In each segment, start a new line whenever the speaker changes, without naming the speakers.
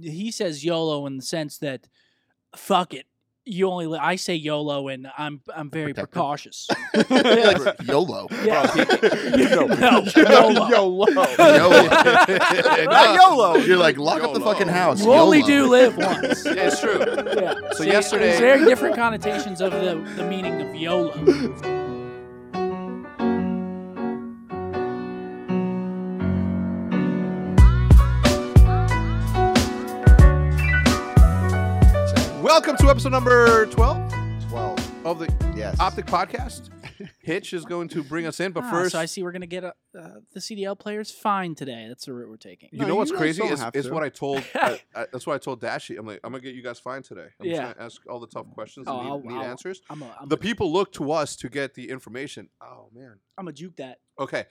he says YOLO in the sense that fuck it. You only li- I say YOLO and I'm I'm very
Protective.
precautious.
Like, YOLO.
Yeah.
No.
No. YOLO.
YOLO.
YOLO.
Not YOLO.
You're like, lock up the
YOLO.
fucking house.
You only
YOLO.
do live once.
Yeah, it's true.
Yeah.
So
See,
yesterday-
there's very different connotations of the, the meaning of YOLO.
Welcome to episode number 12
12.
of the
Yes.
Optic Podcast. Hitch is going to bring us in, but
Ah,
first,
so I see we're gonna get a, uh, the CDL players fine today. That's the route we're taking.
you
No,
know
you
what's
guys
crazy
don't
is,
have
is
to.
what I told. I, I, that's what I told Dashy. I'm like, I'm gonna get you guys fine today. I'm
Yeah.
just gonna ask all the tough questions and
Oh,
need,
I'll-
need
I'll-
answers.
I'm a, I'm,
The
a,
people look to us to get the information. Oh man.
I'm a juke that.
Okay.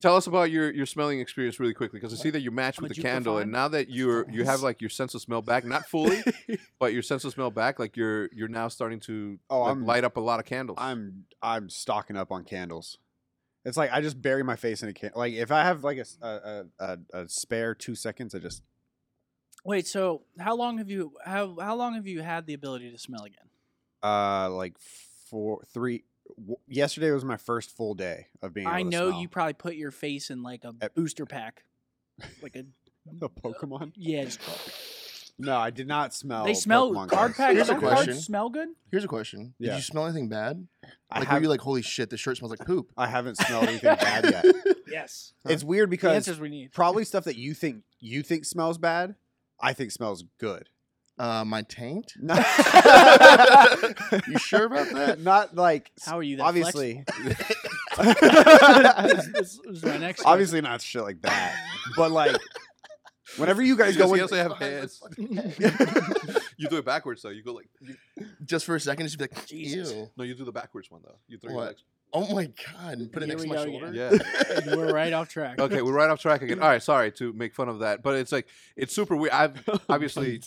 Tell us about your, your smelling experience really quickly because I see that you matched
I'm a
with the
juke
candle,
fan.
and now that you're you have like your sense of smell back, not fully, but your sense of smell back, like you're you're now starting to
Oh,
like,
I'm-
light up a lot of candles.
I'm I'm stocking up on candles. It's like I just bury my face in a can. Like if I have like a s- a, a, a, a spare two seconds, I just
Wait, so how long have you how how long have you had the ability to smell again?
uh like four three. W- yesterday was my first full day of being.
I
able to
know
smell.
you probably put your face in like a
Ep-
booster pack, like a
the Pokemon.
yeah. just-
No, I did not smell.
they smell
Oh, Pokemon
card
cards.
packs.
Here's a
don't cards
question.
smell good?
Here's a question. Did
Yeah.
you smell anything bad?
I
Like,
have.
were you like, holy shit, this shirt smells like poop?
I haven't smelled anything bad yet.
Yes,
It's weird
the
because
answers we need.
probably stuff that you think you think smells bad, I think smells good.
Uh, my taint?
No.
You sure about that?
Not like
How are you? That
obviously.
flexible? this, this is my next. question.
obviously not shit like that, but like whenever you guys go
Because
in,
you also have
Behind my
hands.
fucking
you do it backwards though. You go like you,
Just for a second, just be like,
Jesus.
ew.
no, you do the backwards one though. You throw
What?
your legs.
Oh my God. and Put it
Here
next to
we
my
go
shoulder?
again.
Yeah.
we're right off track.
Okay, we're right off track again. All right, sorry to make fun of that, but it's like it's super weird. I've obviously,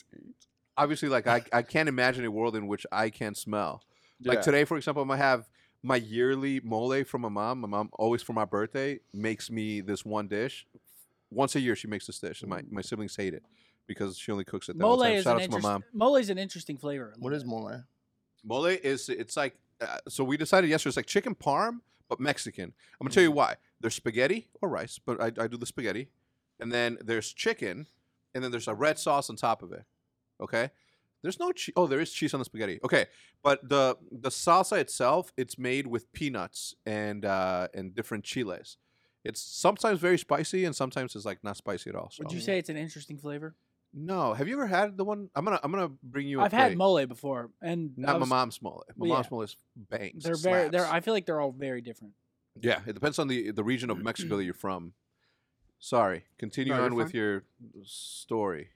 obviously, like I, I can't imagine a world in which I can smell. Like today, for example, I might have my yearly mole from my mom. My mom always for my birthday makes me this one dish. Once a year, she makes this dish, and my, my siblings hate it because she only cooks it. That
Mm. Mole
one time.
is
Shout
an
out to my
interest-
mom.
mole is an interesting flavor.
What is mole?
Mole is it's like uh, so we decided yesterday it's like chicken parm but Mexican. I'm gonna tell you
Mm-hmm.
why. There's spaghetti or rice, but I, I do the spaghetti, and then there's chicken, and then there's a red sauce on top of it. Okay. There's no cheese. Oh, there is cheese on the spaghetti. Okay, but the the salsa itself, it's made with peanuts and uh, and different chiles. It's sometimes very spicy, and sometimes it's like not spicy at all. So.
Would you say it's an interesting flavor?
No. Have you ever had the one? I'm gonna I'm gonna bring you. a
I've had
plate.
mole before, and I
Not my
was-
mom's mole. My
Yeah.
mom's mole is bangs.
They're very. They're.
slaps.
I feel like they're all very different.
Yeah, it depends on the the region of Mexico that you're from. Sorry, continue
No, you're
on with your story.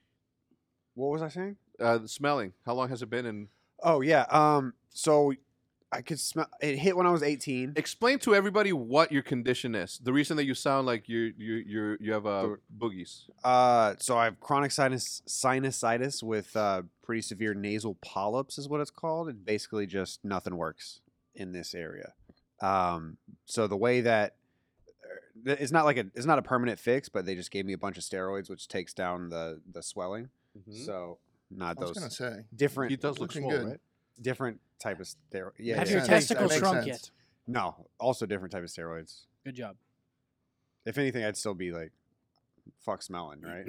what was I saying?
Uh, the smelling. How long has it been? And
Oh yeah. Um. So I could smell. It hit when I was eighteen.
explain to everybody what your condition is. The reason that you sound like you you you you have uh, boogies.
Uh. So I have chronic sinus sinusitis with uh, pretty severe nasal polyps is what it's called. It basically just nothing works in this area. Um. So the way that uh, th- it's not like a it's not a permanent fix, but they just gave me a bunch of steroids, which takes down the the swelling.
Hmm?
Mm-hmm.
So not
I was
those
going to say.
different.
He does look
Looking
small,
good.
right?
different type of steroid. Yeah,
Have
yeah.
your
That makes- that
testicles
makes
shrunk
sense.
yet?
no, also different type of steroids.
Good job.
If anything, I'd still be like, fuck smelling, right?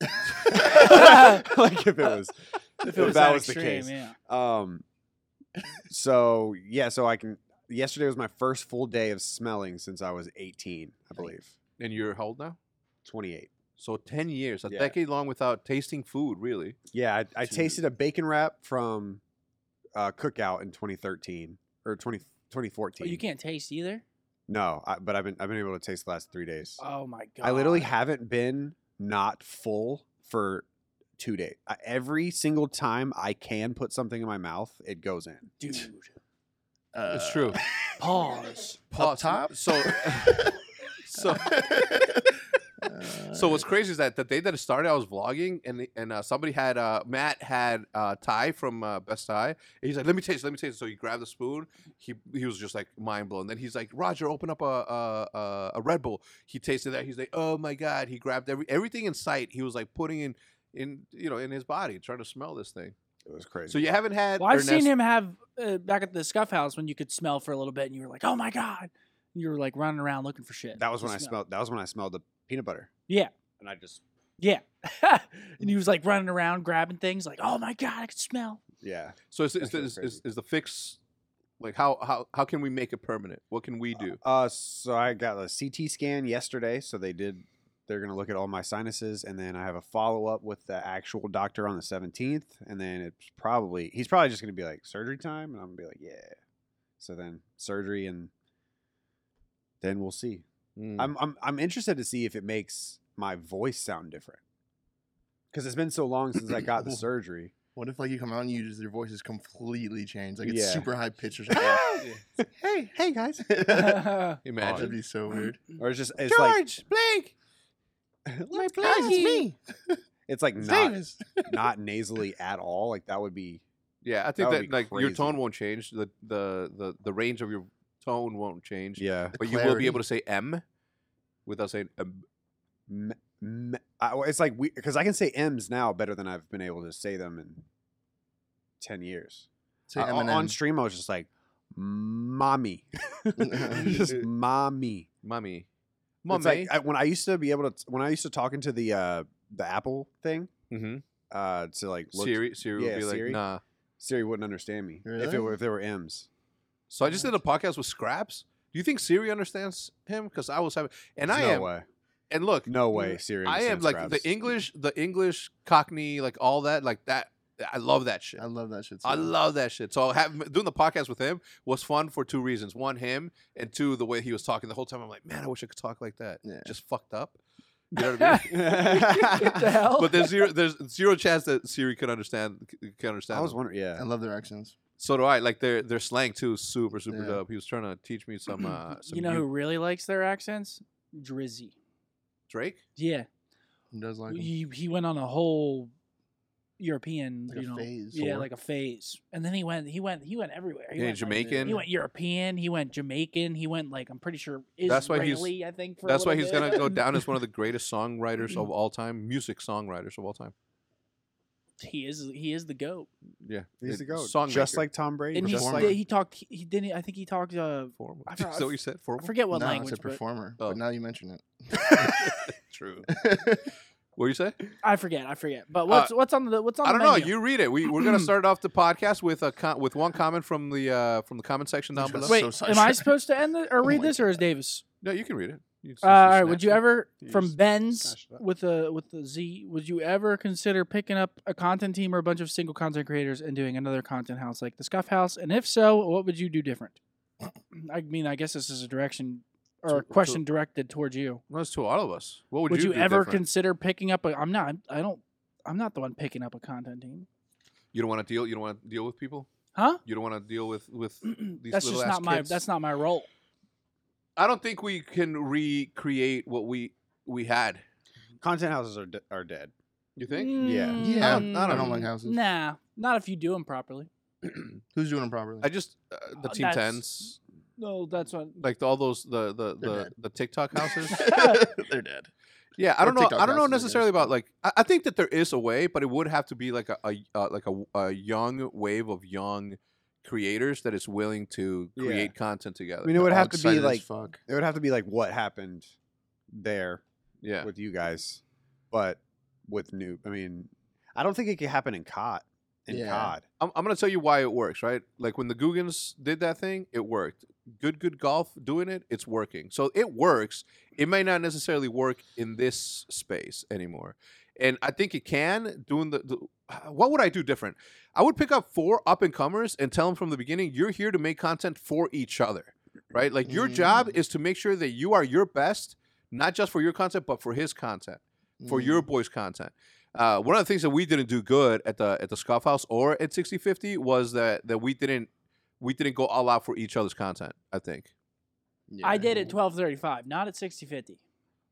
like if it was, if,
was
that
that
was
extreme,
the case.
yeah.
Um, so yeah, so I can. Yesterday was my first full day of smelling since I was 18, I believe,
And you're how old now?
28.
So ten years, a
Yeah.
decade long without tasting food, really.
Yeah, I, I
Dude.
tasted a bacon wrap from uh, Cookout in 2013 or 20,
Oh,
2014.
you can't taste either.
No, I, but I've been I've been able to taste the last three days.
Oh my god!
I literally haven't been not full for two days. I, every single time I can put something in my mouth, it goes in.
dude.
Uh,
it's true.
Pause.
Up top?
So so.
Uh,
So what's crazy is that the day that it started, I was vlogging, and and uh, somebody had uh, Matt had uh, Ty from uh, Best Thai, and he's like, "Let me taste, let me taste." So he grabbed the spoon. He he was just like mind blown. Then he's like, "Roger, open up a a, a, a Red Bull." He tasted that. He's like, "Oh my god!" He grabbed every everything in sight. He was like putting in in you know in his body, trying to smell this thing.
It was crazy.
So you haven't had.
Well, I've seen
Ernest-
him have uh, back at the scuff house when you could smell for a little bit, and you were like, "Oh my god!" And you were like running around looking for shit.
that was
to
when I
smell.
smelled. That was when I smelled the peanut butter.
Yeah.
And I just
Yeah, and he was like running around grabbing things, like, "Oh my god, I can smell."
yeah.
So is, is,
Actually,
is,
that's
is, is the fix like how, how how can we make it permanent? What can we do?
Uh, so I got a CT scan yesterday. So they did. They're gonna look at all my sinuses, and then I have a follow up with the actual doctor on the seventeenth, and then it's probably he's probably just gonna be like surgery time, and I'm gonna be like yeah. So then surgery, and then we'll see.
Hmm,
I'm I'm I'm interested to see if it makes my voice sound different. Because it's been so long since I got the surgery.
What if like you come out and you just your voice is completely changed? Like it's
Yeah.
super high pitched or something.
Hey, hey guys!
uh,
That's
That'd
Imagine.
be so weird.
Or it's just it's like
Blake.
my It's like not
Davis.
not nasally at all. Like that would be
Yeah, I
That
think that,
would be
like your
crazy.
tone won't change. The, the the the range of your tone won't change.
yeah.
but you will be
clarity.
able to say M without saying um, M.
M- m- I, it's like because I can say M's now better than I've been able to say them in ten years.
Say
Uh, on- on
Eminem.
stream, I was just like, "Mommy, just mommy."
Mommy.
It's like, I, when I used to be able to when I used to talk into the uh the Apple thing
mm-hmm.
uh to like look,
Siri, Siri
yeah,
would be like,
Siri.
nah.
Siri wouldn't understand me if
Really?
it were if there were M's.
So I just did a podcast with Scraps. Do you think Siri understands him? Because I was having, and
There's
I
no
am,
way,
and look,
no way, Siri.
I am
understands
like
Scraps.
the English, the English Cockney, like all that, like that. I love that shit.
I love that shit. so
I
much.
love that shit. So have, doing the podcast with him was fun for two reasons: one, him, and two, the way he was talking the whole time. I'm like, man, I wish I could talk like that.
Yeah.
Just fucked up. You know what I mean?
what the hell?
but there's zero, there's zero chance that Siri could understand can understand.
I was
them.
wondering,
I
yeah.
love their accents.
So do I. Like their their slang too, is super super
Yeah.
dope. He was trying to teach me some. Uh, some
you know
U-
who really likes their accents? Drizzy.
Drake.
Yeah,
He does like 'em.
he he went on a whole European,
Like a
you know,
phase.
yeah,
Tour.
like a phase, and then he went, he went, he went everywhere. He
Yeah,
went, like,
Jamaican.
he went European. He went Jamaican. He went like I'm pretty sure Israeli.
That's why he's-
I think for a
That's why
little
he's
bit.
gonna go down as one of the greatest songwriters of all time, music songwriters of all time.
He is he is the goat.
Yeah,
He's
it-
the goat,
songmaker.
just like Tom Brady.
And he
just
performer.
st- he talked. He didn't. I think he talked. Uh,
Formal.
I
Is that
forgot-
what you said? Formal.
I forget what
no,
language.
it's a
but-
performer.
Oh.
But now you mention it.
True. What you say?
I forget. I forget. But what's what's on the what's on?
I don't
the
know.
menu?
You read it. We we're gonna start off the podcast with a com- with one comment from the uh, from the comment section down
Which
below.
was-
Wait,
So sorry.
am I supposed to end this or read
my
this, or is Davis?
No, you can read it. You just-
Uh,
you
all right. Would
snatched
you
it.
ever,
You
from
just
Ben's
snatched it up.
with a with the Z, would you ever consider picking up a content team or a bunch of single content creators and doing another content house like the Scuff House? And if so, what would you do different? I mean, I guess this is a direction
To-
or a
to-
question directed towards you.
No, it's to all of us. What would,
Would, you,
do
ever
different?
consider picking up a? I'm not. I don't. I'm not the one picking up a content team,
You don't want to deal. You don't want to deal with people.
huh?
You don't want to deal with with. These
that's
little
just
ass
not my.
kids.
That's not my role.
I don't think we can recreate what we we had.
Content houses are de- are dead.
You think?
Yeah.
Yeah,
I don't- I don't
Mm,
like houses.
Nah, not if you do them properly.
Who's doing it properly?
I just uh, the
Uh,
team
that's-
tens,
No, that's what.
like the, all those the the
They're
the,
dead.
the TikTok houses.
They're dead.
yeah, I
Or
don't know.
TikTok
I don't know
houses, I guess.
necessarily about like. I, I think that there is a way, but it would have to be like a, a uh, like a, a young wave of young creators that is willing to
Yeah.
create content together.
I mean, it would
All
have to be
excited as
like
fuck.
it would have to be like what happened there
yeah.
with you guys, but with Noob. I mean, I don't think it could happen in COD. In
Yeah.
COD,
I'm, I'm gonna tell you why it works, right? Like when the Googans did that thing, it worked. Good, good golf doing it, it's working. So it works. It may not necessarily work in this space anymore, and I think it can. Doing the, the what would I do different? I would pick up four up and comers and tell them from the beginning, you're here to make content for each other, right? Like your job is to make sure that you are your best, not just for your content, but for his content for your boys' content. Uh, one of the things that we didn't do good at the at the Scuff House or at 6050 was that that we didn't we didn't go all out for each other's content. I think.
Mm,
I did at twelve thirty five, not at sixty fifty.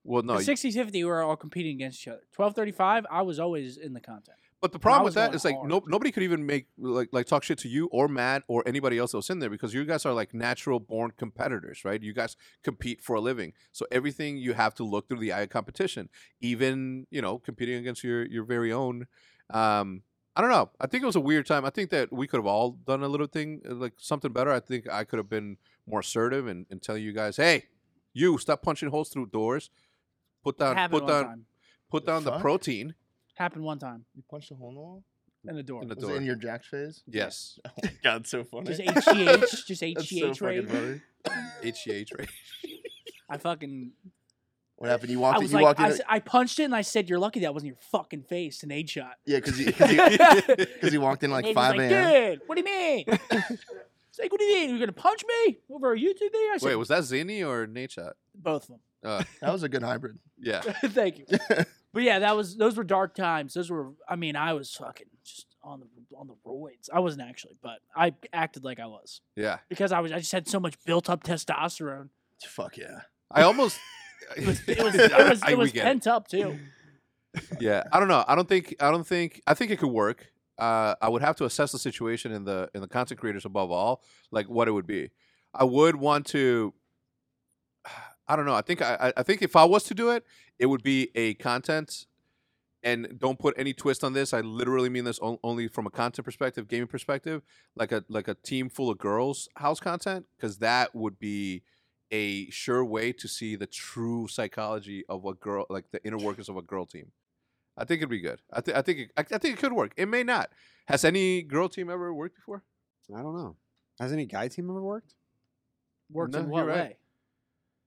Well, no,
at
you-
sixty fifty, we were all competing against each other. Twelve thirty five, I was always in the content.
But the problem
was
with that
going
is like
hard.
no, nobody could even make like like talk shit to you or Matt or anybody else that was in there because you guys are like natural born competitors, right? You guys compete for a living, so everything you have to look through the eye of competition, even you know competing against your your very own. Um, I don't know. I think it was a weird time. I think that we could have all done a little thing uh, like something better. I think I could have been more assertive and, and tell you guys, hey, you stop punching holes through doors, put
It
down
happened
Uh, put
one
down
time.
put down the
Fuck.
protein
Happened one time
You punched a hole in the wall?
in the door.
in the
Was
door.
it in your Jack's phase?
yes,
God, it's so funny.
Just HGH, just
That's
HGH
so
rate.
fucking funny.
HGH rate.
I fucking
What happened? You
I
walked in.
was
You
like
walked
I,
in.
s- I punched it and I said you're lucky that wasn't your fucking face an aid shot.
Yeah, because you
Nate
because you walked in like
was
five a.m.
Dude, what do you mean? It's like, what do you mean? You're gonna punch me over a YouTube video? I said,
Wait, was that Zini or Nature?
both of them.
That was a good hybrid.
Yeah.
Thank you. But yeah, that was those were dark times. Those were I mean, I was fucking just on the on the roids. I wasn't actually, but I acted like I was
Yeah.
because I was I just had so much built up testosterone.
Fuck yeah.
I almost.
It was it was, it was,
I-
it
we
was
get it.
pent up too.
Yeah. I don't know. I don't think. I don't think. I think it could work. Uh, I would have to assess the situation in the in the content creators above all, like what it would be. I would want to. I don't know. I think I I- I think if I was to do it, it would be a content. And don't put any twist on this. I literally mean this on- only from a content perspective, gaming perspective, like a like a team full of girls house content, because that would be a sure way to see the true psychology of a girl, like the inner workings of a girl team. I think it'd be good. I, th- I think it, I, I think it could work. It may not. Has any girl team ever worked before?
I don't know. Has any guy team ever worked?
Worked
No,
in what
you're right.
way?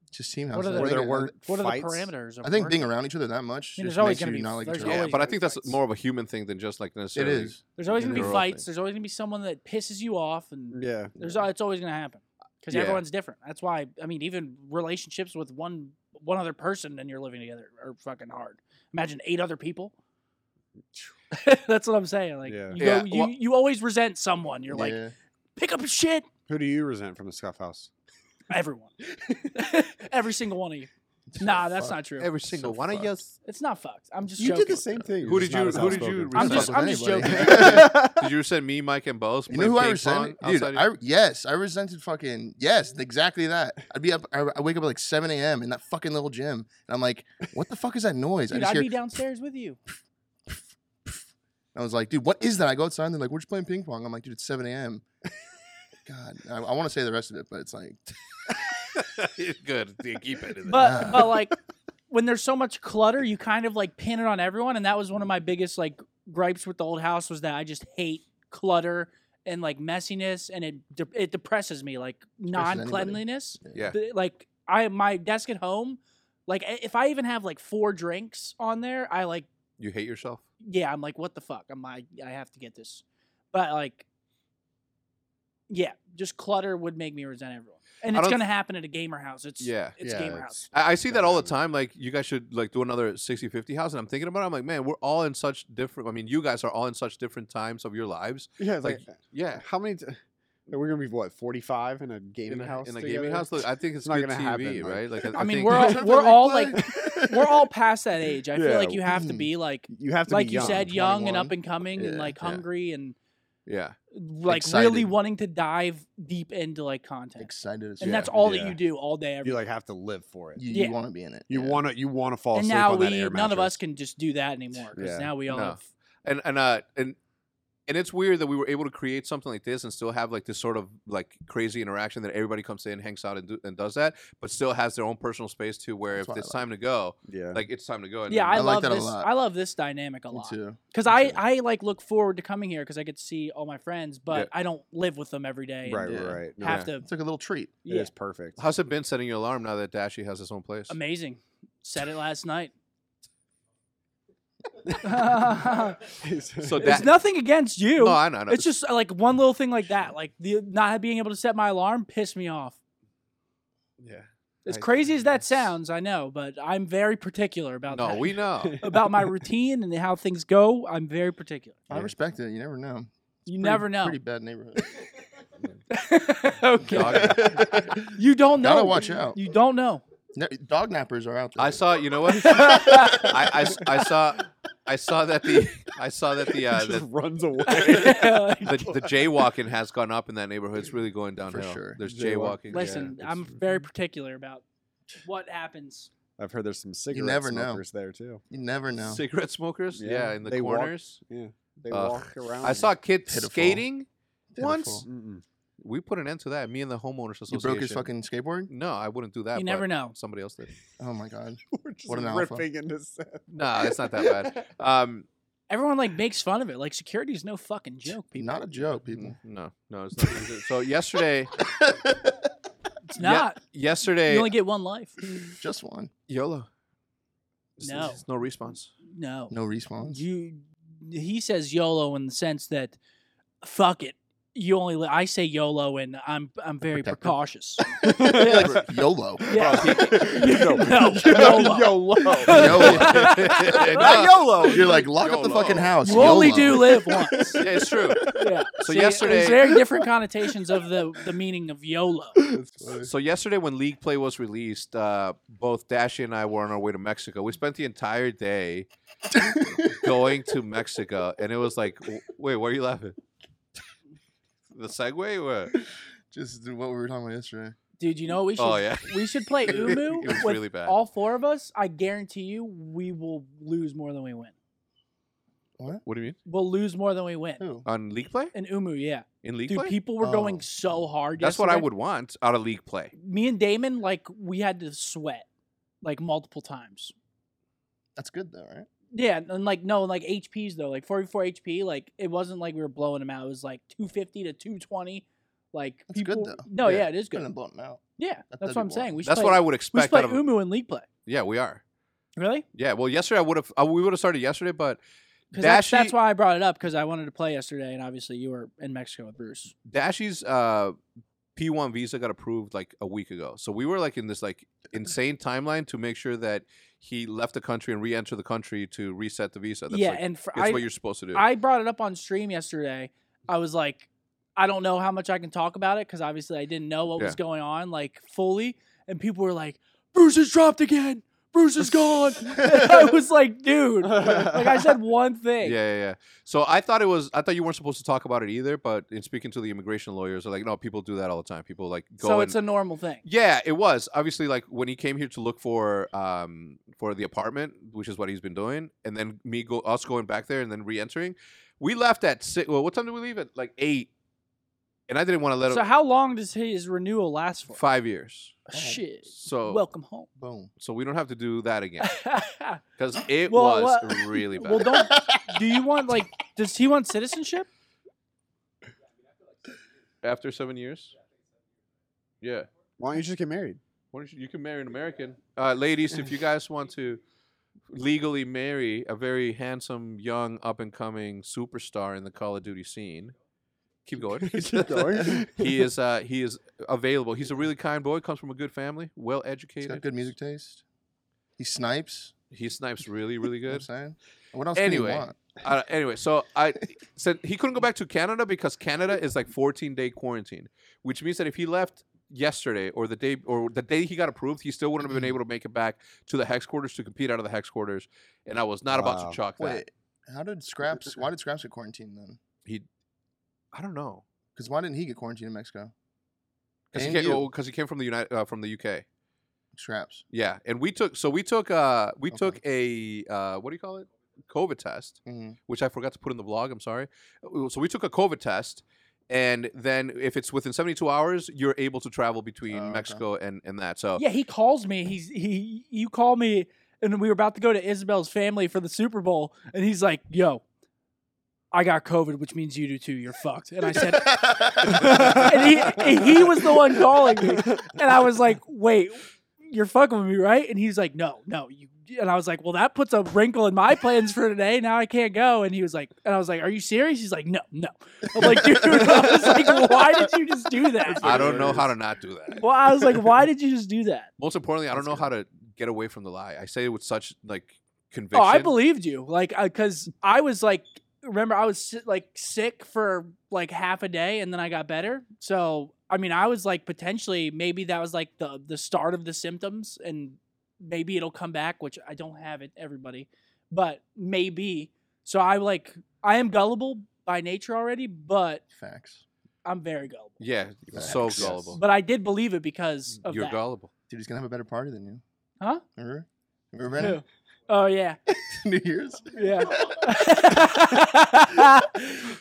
Just team
What
houses.
are the-
I
Where
think-
there weren't
What are the
fights?
parameters? Of
I think being
work?
around each other that much.
I mean, there's
just
always
makes
gonna
you
be-
not like each
there's
other.
Yeah,
always
but I
gonna be
think that's
fights.
more of a human thing than just like
it
necessarily.
is.
There's always gonna be
General
fights.
thing.
There's always gonna be someone that pisses you off, and
Yeah.
there's it's always gonna happen because
Yeah.
everyone's different. That's why I mean, even relationships with one one other person and you're living together are fucking hard. Imagine eight other people. That's what I'm saying. Like
Yeah.
you, go,
Yeah,
you,
well-
you always resent someone. You're like
Yeah.
pick up your shit.
Who do you resent from the scuff house?
Everyone, every single one of you. Nah, that's not true.
Every
So
single one of
fucked.
you.
It's not fucked. I'm just
You
joking.
did the same thing.
Who
You're
did
just not
you-
as
who did
outspoken.
you resent?
I'm just-
Fuck
I'm
with
just
anybody.
Did you send me, Mike, and Bose?
You know who I resented?
resent?
Dude, I, yes, I resented fucking yes,
Mm-hmm.
exactly that. I'd be up. I, I wake up at like seven a.m. in that fucking little gym, and I'm like, "What the fuck is that noise?" I
Dude,
just
I'd
hear.
be downstairs with you.
I was like, "Dude, what is that?" I go outside, and they're like, "We're just playing ping pong." I'm like, "Dude, it's seven a.m." God, I, I want to say the rest of it, but it's like,
good. Yeah, keep it. in there.
but
Yeah.
but like when there's so much clutter, you kind of like pin it on everyone, and that was one of my biggest like gripes with the old house was that I just hate clutter and like messiness, and it de- it depresses me like
anybody.
non cleanliness.
Yeah.
Like I my desk at home, like i- if I even have like four drinks on there, I like
you hate yourself.
yeah, I'm like what the fuck? I'm like I have to get this, but like yeah, just clutter would make me resent everyone, and
I
it's
don't-
gonna happen at a gamer house. It's
Yeah.
it's
Yeah,
gamer house.
it's-
I, I see that all the
Um,
time. Like you guys should like do another 60, 50 house, and I'm thinking about it. I'm like, man, we're all in such different. I mean, you guys are all in such different times of your lives.
Yeah, it's like,
Like, Yeah,
how many? T- we're gonna be what forty five in a gaming
in a,
house.
in a
together?
gaming house. Look, I think it's,
not
not good
gonna
TV,
happen, like-
right? Like,
I mean,
think-
we're all,
Sometimes
we're
they
all
play.
like we're all past that age. I feel
Yeah.
like you have to be like
you have to
like
be
you
young.
said, young and
21.
up and coming and
Yeah,
like
yeah.
hungry and
yeah,
like really
Excited.
wanting to dive deep into like content.
excited as
and
fuck.
that's all
Yeah.
that you do all day every
You like have to live for it.
you,
yeah.
want to be in it.
You
yeah.
want to you want to fall
and
asleep
now
on
we
that air
none of us
mattress.
can just do that anymore because
Yeah.
now we all
No.
have
and and uh and and it's weird that we were able to create something like this and still have like this sort of like crazy interaction that everybody comes in, hangs out, and, do, and does that, but still has their own personal space too. Where
That's
if
what I
it's
like.
time to go,
Yeah,
like it's time to go. And
yeah. I,
then-
I like
love
that a
this.
lot.
I love this dynamic a
Me
lot
too.
because
Me
I
too.
I like look forward to coming here because I get to see all my friends, but I don't live with them every day. and uh,
right,
Yeah.
right, right. No,
Have to
yeah.
It's like a little treat.
yeah,
It's perfect.
how's it been setting your alarm now that Dashi has his own place?
amazing. Said it last night. It's
So that-
nothing against you.
No, I know. I know.
It's just uh, like one little thing like that, like the not being able to set my alarm pissed me off.
yeah.
As
I-
crazy as that
yes.
sounds, I know, but I'm very particular about
No,
that.
we know.
about my routine and how things go. I'm very particular.
I respect it. You never know.
You
Pretty-
never know.
Pretty bad neighborhood.
okay.
Dog-
You don't know.
Gotta watch out.
You don't know.
Ne- Dog nappers are out there.
I saw. You know what? I, I s- I saw I saw that the I saw that the uh,
just
the,
runs away.
the the jaywalking has gone up in that neighborhood. It's really going downhill.
sure.
There's
Jaywalk.
jaywalking.
Listen,
Yeah,
I'm
it's-
very particular about what happens.
I've heard there's some cigarette
never know.
smokers there too.
You never know.
cigarette smokers. Yeah,
Yeah,
in the
they walk-
corners.
They
Ugh.
walk around.
I saw a kid
Pitiful.
skating once.
Pitiful.
Mm-mm.
We put an end to that. Me and the homeowners association.
You broke his fucking skateboard?
No, I wouldn't do that.
you
but
never know.
Somebody else did.
Oh my god.
We're just
What an alpha.
ripping into Seth.
No, Ah, it's not that bad. Um,
Everyone like makes fun of it. Like security is no fucking joke, people.
Not a joke, people.
no, no, it's not. so yesterday,
it's
ye-
not.
yesterday,
You only get one life.
Just one.
YOLO. It's-
No.
it's no response.
No.
No response.
You. He says YOLO in the sense that, fuck it. You only. Li- I say YOLO, and I'm I'm very
Protective.
precautious.
Like, YOLO.
Yeah.
No.
No, YOLO.
YOLO.
Not
YOLO.
You're like, lock up
Oh,
the
YOLO.
fucking house.
You only
YOLO.
do live once.
Yeah, it's true.
Yeah.
So
See,
yesterday-
there's very different connotations of the the meaning of YOLO.
So yesterday, when League Play was released, uh, both Dashi and I were on our way to Mexico. We spent the entire day going to Mexico, and it was like, w- wait, why are you laughing? The segue? Or...
Just do what we were talking about yesterday.
Dude, you know what we should
Oh yeah,
we should play Umu
It was
with
really bad.
all four of us. I guarantee you, we will lose more than we win.
What do you mean?
We'll lose more than we win.
Who?
On League Play?
And Umu, yeah,
In League
dude,
Hmm. Play?
people were
Oh.
going so hard.
That's what I
yesterday.
would want out of League Play.
Me and Damon, like, we had to sweat like multiple times.
That's good though, right?
Yeah, and like no, like HPs though, like 44 HP, like it wasn't like we were blowing them out. It was like 250 to 220. Like
That's good,
people,
though.
no,
Yeah.
yeah, it is
Good. Gonna
good.
blow him out.
Yeah,
That-
that's
that'd
what
be
I'm saying.
wild.
We should
That's
play,
what I would
We should
expect
play
out of.
Umu in league play.
Yeah, we are.
Really?
Yeah. Well, yesterday I would have. Uh, we would have started yesterday, but
Because that's,
Dashi-
that's why I brought it up because I wanted to play yesterday, and obviously you were in Mexico with Bruce.
Dashi's uh, P1 visa got approved like a week ago. So we were like in this like insane timeline to make sure that he left the country and re-entered the country to reset the visa. That's
yeah,
like,
and for,
that's
I
what you're supposed to do.
I brought it up on stream yesterday. I was like, I don't know how much I can talk about it because obviously I didn't know what was
Yeah.
going on like fully, and people were like, "Bruce is dropped again. Bruce is gone." And I was like, "Dude, like I said one
yeah,
thing."
yeah, yeah. So I thought it was. I thought you weren't supposed to talk about it either. But in speaking to the immigration lawyers, they're like, no, people do that all the time. People like go.
so
and-
it's a normal thing.
Yeah, it was obviously like when he came here to look for um for the apartment, which is what he's been doing, and then me go us going back there and then re-entering. We left at six. Well, what time did we leave? At like eight, and I didn't want to let
So
him
how long does his renewal last for? Oh,
five years.
Shit.
So
Welcome home.
Boom.
so we don't have to do that again because it
Well,
was
well-
really bad.
well, don't. Do you want like? Does he want citizenship?
After seven years, yeah.
Why don't you just get married?
Why don't you, you can marry an American, uh, ladies. If you guys want to legally marry a very handsome, young, up and coming superstar in the Call of Duty scene, keep going.
Keep going.
he is uh, he is available. He's a really kind boy. Comes from a good family, well
He's got
educated.
good music taste. He snipes.
He snipes really, really
You know what I'm
good.
saying. What else
Anyway.
can you want?
Uh, anyway, so I said he couldn't go back to Canada because Canada is like 14 day quarantine, which means that if he left yesterday or the day or the day he got approved, he still wouldn't have
Mm-hmm.
been able to make it back to the hex quarters to compete out of the hex quarters. And I was not about
Wow.
to chalk that.
Wait, how did Scraps? Why did Scraps get quarantined then?
He, I don't know,
Because why didn't he get quarantined in Mexico?
because he,
And
came-
you.
oh, 'cause he came from the United uh, from the UK.
Scraps.
Yeah, and we took so we took uh we
Okay.
took a uh what do you call it COVID test.
Mhm.
which I forgot to put in the blog. I'm sorry. Uh, So we took a COVID test, and then if it's within 72 hours, you're able to travel between
Oh, okay.
Mexico and and that. So
Yeah, he calls me. He's he. You call me, and we were about to go to Isabel's family for the Super Bowl, and he's like, "Yo, I got COVID, which means you do too. You're fucked." And I said, and he he was the one calling me, and I was like, "Wait, you're fucking with me, right?" And he's like, "No, no, you." And I was like, "Well, that puts a wrinkle in my plans for today. Now I can't go." And he was like, "And I was like, are you serious?" He's like, "No, no." I'm like, "Dude," I was like, "Why did you just do that?"
I don't know how to not do that.
Well, I was like, "Why did you just do that?"
Most importantly, I don't
That's
know
good.
how to get away from the lie. I say it with such like conviction.
Oh, I believed you. Like, because I was like, remember, I was si- like sick for like half a day, and then I got better. So, I mean, I was like, potentially, maybe that was like the the start of the symptoms, and maybe it'll come back, which I don't have it, everybody. but maybe. So I like I am gullible by nature already, but
Facts.
I'm very gullible.
Yeah, so
Facts.
gullible.
But I did believe it because of
You're
that.
gullible.
Dude, he's gonna have a better party than you.
Huh?
Remember? Remember
Who? Oh yeah,
New Year's?
yeah.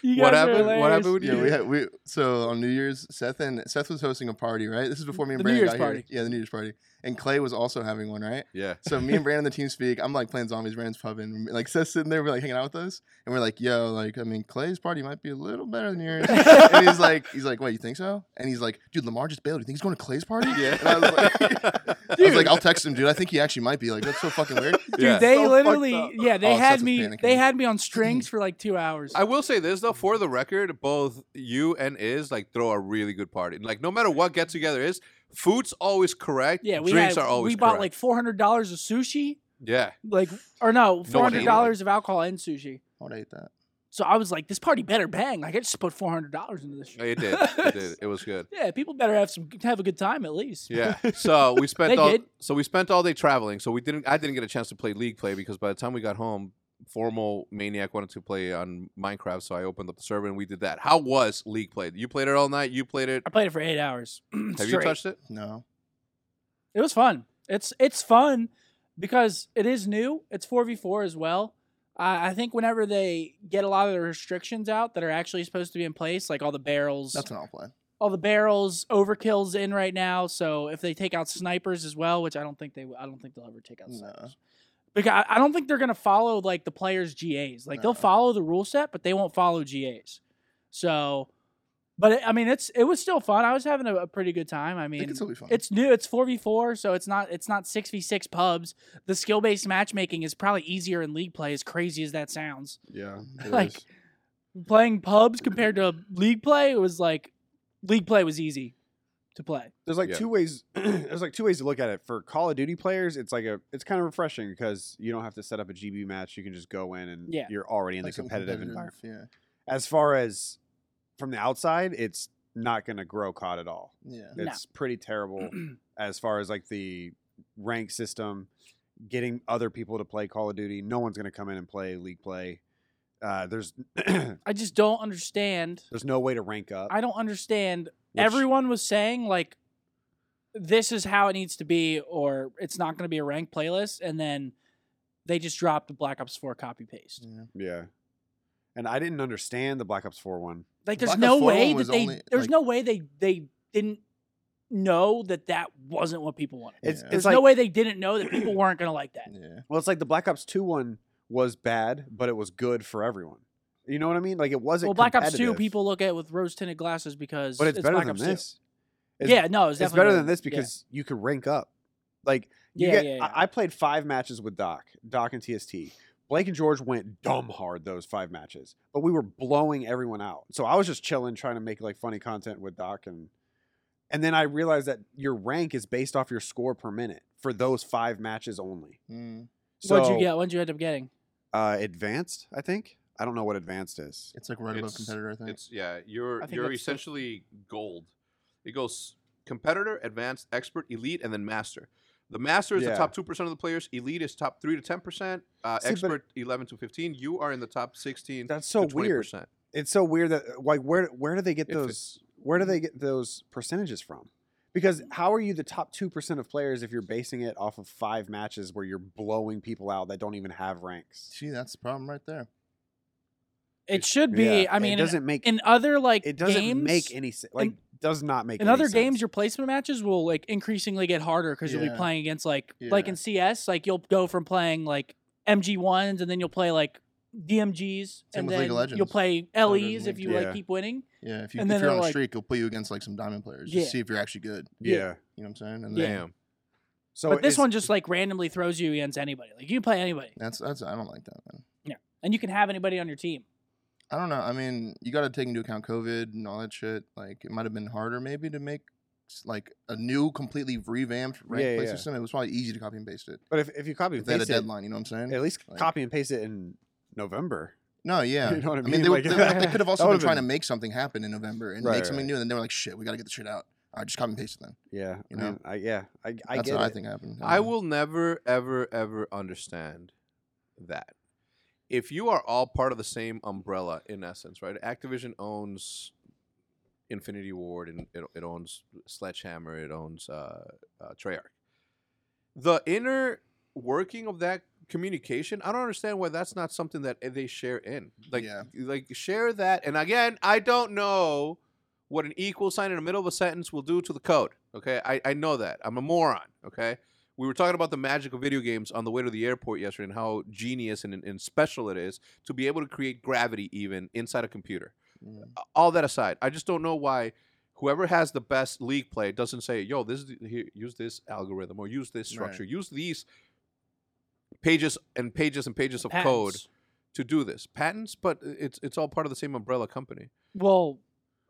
You
What
guys are
happened? What
hilarious.
happened? When
Yeah,
you
we had we so on New Year's, Seth and Seth was hosting a party, right? This is before me and
The New
Brandon
Year's
got
party.
here. Yeah, the New Year's party, and Clay was also having one, right?
Yeah.
So me and Brandon, the team speak. I'm like playing zombies, Brandon's pubbing. and, Like Seth's sitting there, we're like hanging out with us, and we're like, "Yo, like I mean, Clay's party might be a little better than yours." and he's like, "He's like, wait, you think so?" And he's like, "Dude, Lamar just bailed. You think he's going to Clay's party?"
Yeah.
And I was like, I was like, "I'll text him, dude. I think he actually might be. Like, that's so fucking weird."
Dude,
"Oh, Yeah.
they
So fucked up.
literally, yeah, they
Oh,
had
Seth was
me.
panicking.
They had me on strings for like two hours.
I will say this though, for the record, both you and Iz like throw a really good party. Like no matter what get together is, food's always correct.
yeah, we
drinks
had,
are always
we bought
correct.
like four hundred dollars of sushi,
yeah,
like or no, four
one ate
hundred
it.
dollars of alcohol and sushi.
I would hate that.
So I was like, this party better bang. Like I just put four hundred dollars into this. Shit.
it did. It did. It was good.
Yeah, people better have some have a good time at least.
Yeah. So we spent
They
all
did.
so we spent all day traveling. So we didn't I didn't get a chance to play league play because by the time we got home, formal maniac wanted to play on Minecraft, so I opened up the server and we did that. How was league play? You played it all night, you played it.
I played it for eight hours.
Have you touched it?
No.
It was fun. It's it's fun because it is new. It's four v four as well. I I think whenever they get a lot of the restrictions out that are actually supposed to be in place, like all the barrels,
That's when I'll play.
all the barrels, overkills in right now. So if they take out snipers as well, which I don't think they, I don't think they'll ever take out
No.
snipers. Because I- I don't think they're gonna follow like the players' GAs. Like they'll
No.
follow the rule set, but they won't follow GAs. So, but it, I mean, it's it was still fun. I was having a, a pretty good time. I
I
mean,
think it's will be fun.
it's new. It's four v four, so it's not it's not six v six pubs. The skill based matchmaking is probably easier in league play. As crazy as that sounds,
Yeah.
it Like- is. playing pubs compared to league play it was like league play was easy to play.
There's like
Yeah.
two ways. there's like two ways to look at it. For Call of Duty players, it's like a it's kind of refreshing because you don't have to set up a GB match. You can just go in and
Yeah.
you're already in
Like
the
some
competitive environment.
Yeah.
As far as from the outside, it's not going to grow COD at all.
Yeah.
No.
It's pretty terrible as far as like the rank system, getting other people to play Call of Duty. No one's going to come in and play League play. Uh, there's
I just don't understand.
there's no way to rank up.
I don't understand.
which-
Everyone was saying like this is how it needs to be, or it's not going to be a ranked playlist, and then they just dropped the Black Ops Four copy paste.
Yeah.
Yeah. And I didn't understand the Black Ops 4 one.
Like there's
Black Ops
no
4
way
one
that
was
they
only,
there's
like-
no way they they didn't know that that wasn't what people wanted.
It's,
Yeah.
it's
There's
like,
no way they didn't know that people weren't going to like that.
Yeah.
Well, it's like the Black Ops 2 one was bad, but it was good for everyone. You know what I mean? Like it wasn't.
Well, Black Ops Two
competitive,
people look at with rose tinted glasses because
But it's, better
Black
than
Ops 2.
this. It's,
yeah, no, it's,
it's
definitely
better than this
yeah.
because you could rank up. Like you
Yeah,
get, uh,
yeah, yeah.
I, I played five matches with Doc, Doc and TST. Blake and George went dumb hard those five matches, but we were blowing everyone out. So I was just chilling, trying to make like funny content with Doc, and and then I realized that your rank is based off your score per minute for those five matches only.
Mm.
So
what'd you get? What'd you end up getting?
Uh, advanced, I think. I don't know what advanced is.
It's like right above
It's-
competitor, I think.
It's yeah, you're
I think
you're
that's the-
essentially gold. It goes competitor, advanced, expert, elite, and then master. The master is
Yeah.
the top two percent of the players. Elite is top three to ten percent. Uh,
See, but-
expert eleven to fifteen. You are in the top sixteen
That's so
to twenty
weird.
percent.
It's so weird that uh, like where where do they get
If
those where
Mm-hmm.
do they get those percentages from? Because how are you the top two percent of players if you're basing it off of five matches where you're blowing people out that don't even have ranks?
See, that's the problem right there.
It should be.
Yeah,
I mean,
it
in-
doesn't make
in other like
it doesn't
games,
make any sense. Like
in-
does not make
in
any
other
sense.
games your placement matches will like increasingly get harder because you'll be
Yeah.
playing against like like
Yeah.
in cs like you'll go from playing like mg1s and then you'll play like dmgs and
with League
then
of Legends.
you'll play
doesn't
les if
make-
you
Yeah.
like keep winning
Yeah, if, you,
And then
if you're
they're
on a
like-
streak, you'll put you against like some diamond players just
Yeah.
to see if you're actually good.
yeah.
You know what I'm saying? And
Yeah.
then,
Damn.
So
but this
it's-
one just like randomly throws you against anybody like you can play anybody
that's that's I don't like that. Man.
and you can have anybody on your team
I don't know. I mean, you got to take into account COVID and all that shit. Like, it might have been harder maybe to make s- like a new, completely revamped rank
Yeah, yeah,
play
yeah.
system. It was probably easy to copy and paste it.
But if, if you copy and
If they had a
paste it,
deadline, you know what I'm saying?
at least
Like-
copy and paste it in November.
No, yeah.
You know what I
I mean,
mean?
they, were-
Like-
they, were- they could have also
That
been
would've
trying to
been-
make something happen in November and
Right,
make
right.
something new, and then they were like, "Shit, we got to get this shit out." I just copy and pasted then.
Yeah.
You
I
know?
mean, I, yeah. I, I
That's
get
what
it.
I think happened.
I will never, ever, ever understand that. if you are all part of the same umbrella in essence, right? Activision owns Infinity Ward and it, it owns Sledgehammer, it owns uh, uh, Treyarch. The inner working of that communication, I don't understand why that's not something that they share in. Like,
Yeah.
like share that. And again, I don't know what an equal sign in the middle of a sentence will do to the code. Okay, I, I know that. I'm a moron. Okay, we were talking about the magic of video games on the way to the airport yesterday and how genius and, and special it is to be able to create gravity even inside a computer
Mm.
all that aside, I just don't know why whoever has the best league play doesn't say, "Yo, this is the- here, use this algorithm or use this
Right.
structure, use these pages and pages and pages of code
Patents.
to do this." Patents, but it's it's all part of the same umbrella company.
Well,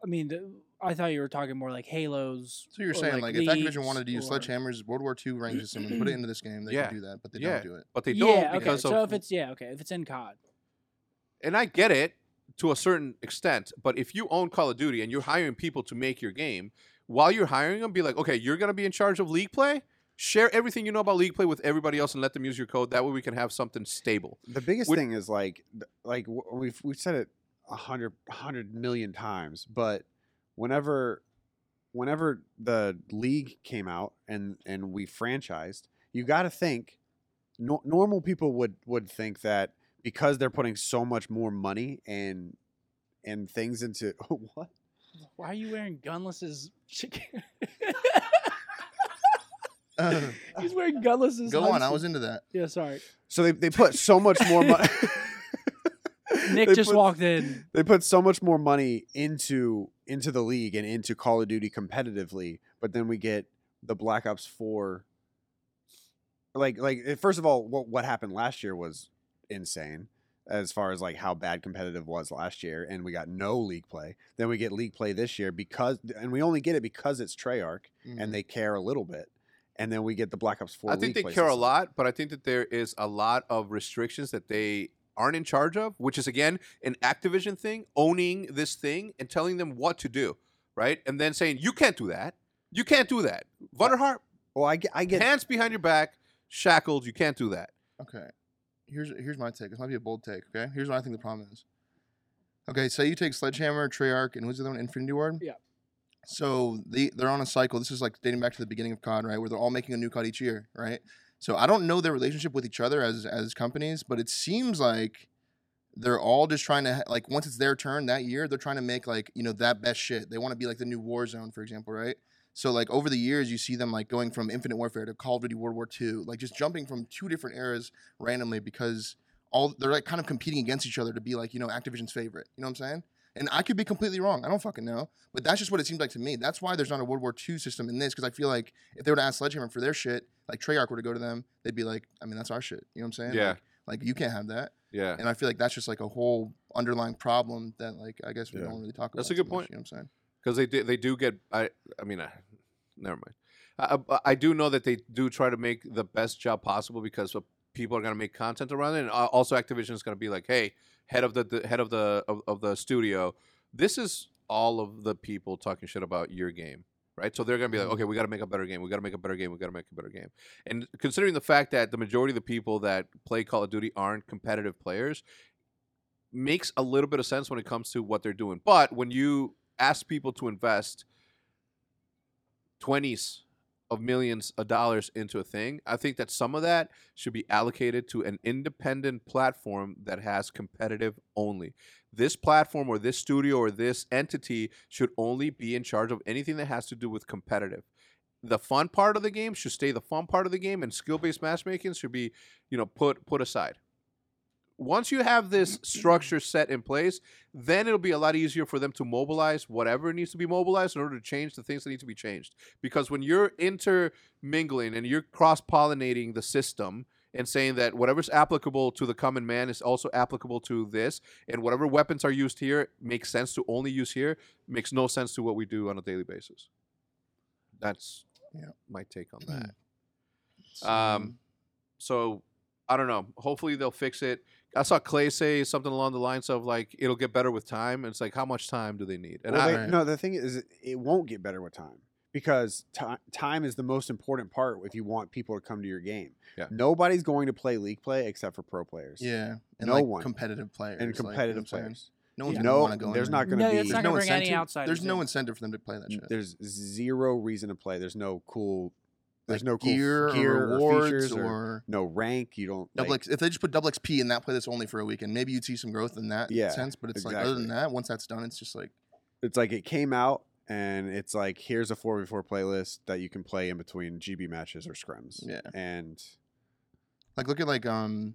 I mean, th- I thought you were talking more like Halos.
So you're
or,
saying like, if
Leagues
Activision wanted to use
or-
Sledgehammer's World War II rank system and put it into this game, they
Yeah.
could do that, but they
Yeah.
don't do it.
But they
yeah,
don't because
okay.
of
so if it's yeah, okay, if it's in COD,
and I get it to a certain extent, but if you own Call of Duty and you're hiring people to make your game, while you're hiring them, be like, okay, you're gonna be in charge of league play. Share everything you know about league play with everybody else and let them use your code. That way, we can have something stable.
The biggest
Would-
thing is like, th- like w- we've we've said it a hundred a hundred million times, but whenever, whenever the league came out and and we franchised, you got to think. No, normal people would would think that because they're putting so much more money and and things into what
why are you wearing Gunless's chicken? He's wearing Gunless's.
Go on, I
Hudson.
was into that.
Yeah, sorry.
So they, they put so much more money.
Nick just walked in.
They put so much more money into into the league and into Call of Duty competitively, but then we get the Black Ops Four. Like like eh, first of all, what what happened last year was insane as far as like how bad competitive was last year, and we got no league play. Then we get league play this year because, and we only get it because it's Treyarch
Mm,
and they care a little bit, and then we get the Black Ops Four.
Mm-hmm. I think
league
they
play
care a
system.
lot, but I think that there is a lot of restrictions that they aren't in charge of, which is again an Activision thing, owning this thing and telling them what to do, right? And then saying you can't do that, you can't do that. Vanderhart,
Well, I get, I get
hands behind your back, shackled. You can't do that.
Okay. Here's here's my take. This might be a bold take. Okay. Here's what I think the problem is. Okay, say you take Sledgehammer, Treyarch, and what's the other one? Infinity Ward.
Yeah.
So they they're on a cycle. This is like dating back to the beginning of COD, right? Where they're all making a new COD each year, right? So I don't know their relationship with each other as as companies, but it seems like they're all just trying to ha- like once it's their turn that year, they're trying to make like you know that best shit. They want to be like the new Warzone, for example, right? So like over the years, you see them like going from Infinite Warfare to Call of Duty World War II, like just jumping from two different eras randomly because all they're like kind of competing against each other to be like you know Activision's favorite. You know what I'm saying? And I could be completely wrong. I don't fucking know, but that's just what it seems like to me. That's why there's not a World War II system in this because I feel like if they were to ask Sledgehammer for their shit, like Treyarch were to go to them, they'd be like, I mean, that's our shit. You know what I'm saying? Like, like you can't have that.
yeah.
And I feel like that's just like a whole underlying problem that like I guess we
Yeah.
don't really talk about.
That's a
too
good
much,
point.
you know what I'm saying?
because they do, they do get I I mean I, never mind I, I, I do know that they do try to make the best job possible because of- people are going to make content around it and al- also Activision is going to be like hey head of the, the head of the of, of the studio this is all of the people talking shit about your game right so they're going to be like
Mhm.
okay we got to make a better game we got to make a better game we got to make a better game and considering the fact that the majority of the people that play Call of Duty aren't competitive players makes a little bit of sense when it comes to what they're doing. But when you ask people to invest twenties of millions of dollars into a thing, I think that some of that should be allocated to an independent platform that has competitive only. This platform or this studio or this entity should only be in charge of anything that has to do with competitive. The fun part of the game should stay the fun part of the game and skill-based matchmaking should be, you know, put put aside once you have this structure set in place, then it'll be a lot easier for them to mobilize whatever needs to be mobilized in order to change the things that need to be changed. Because when you're intermingling and you're cross pollinating the system and saying that whatever's applicable to the common man is also applicable to this, and whatever weapons are used here makes sense to only use here, makes no sense to what we do on a daily basis. That's
Yeah.
my take on that.
So,
Um, So I don't know. Hopefully they'll fix it. I saw Clay say something along the lines of like it'll get better with time. And it's like how much time do they need? And
Well,
I,
they-
Right.
no, the thing is, it- it won't get better with time because ti time is the most important part if you want people to come to your game.
Yeah.
Nobody's going to play league play except for pro players.
Yeah, and
No
like
one.
competitive players
And
like, you know what
competitive
I'm saying?
players.
No one's
Yeah.
gonna
No,
want to go. in
there's
there.
not gonna
No,
be-
it's not
There's no
going to bring any
incentive.
outside.
There's no incentive for them to play that shit.
There's zero reason to play. There's no cool. There's
Like
no cool f-
gear,
gear
or rewards
features
or,
no rank. You don't
double
like,
X. If they just put double XP in that play, that's only for a weekend. Maybe you'd see some growth in that
Yeah,
sense. But it's like other than
exactly.
that, once that's done, it's just like
it's like it came out and it's like here's a 4v4 playlist that you can play in between GB matches or scrims.
Yeah.
And
like look at like um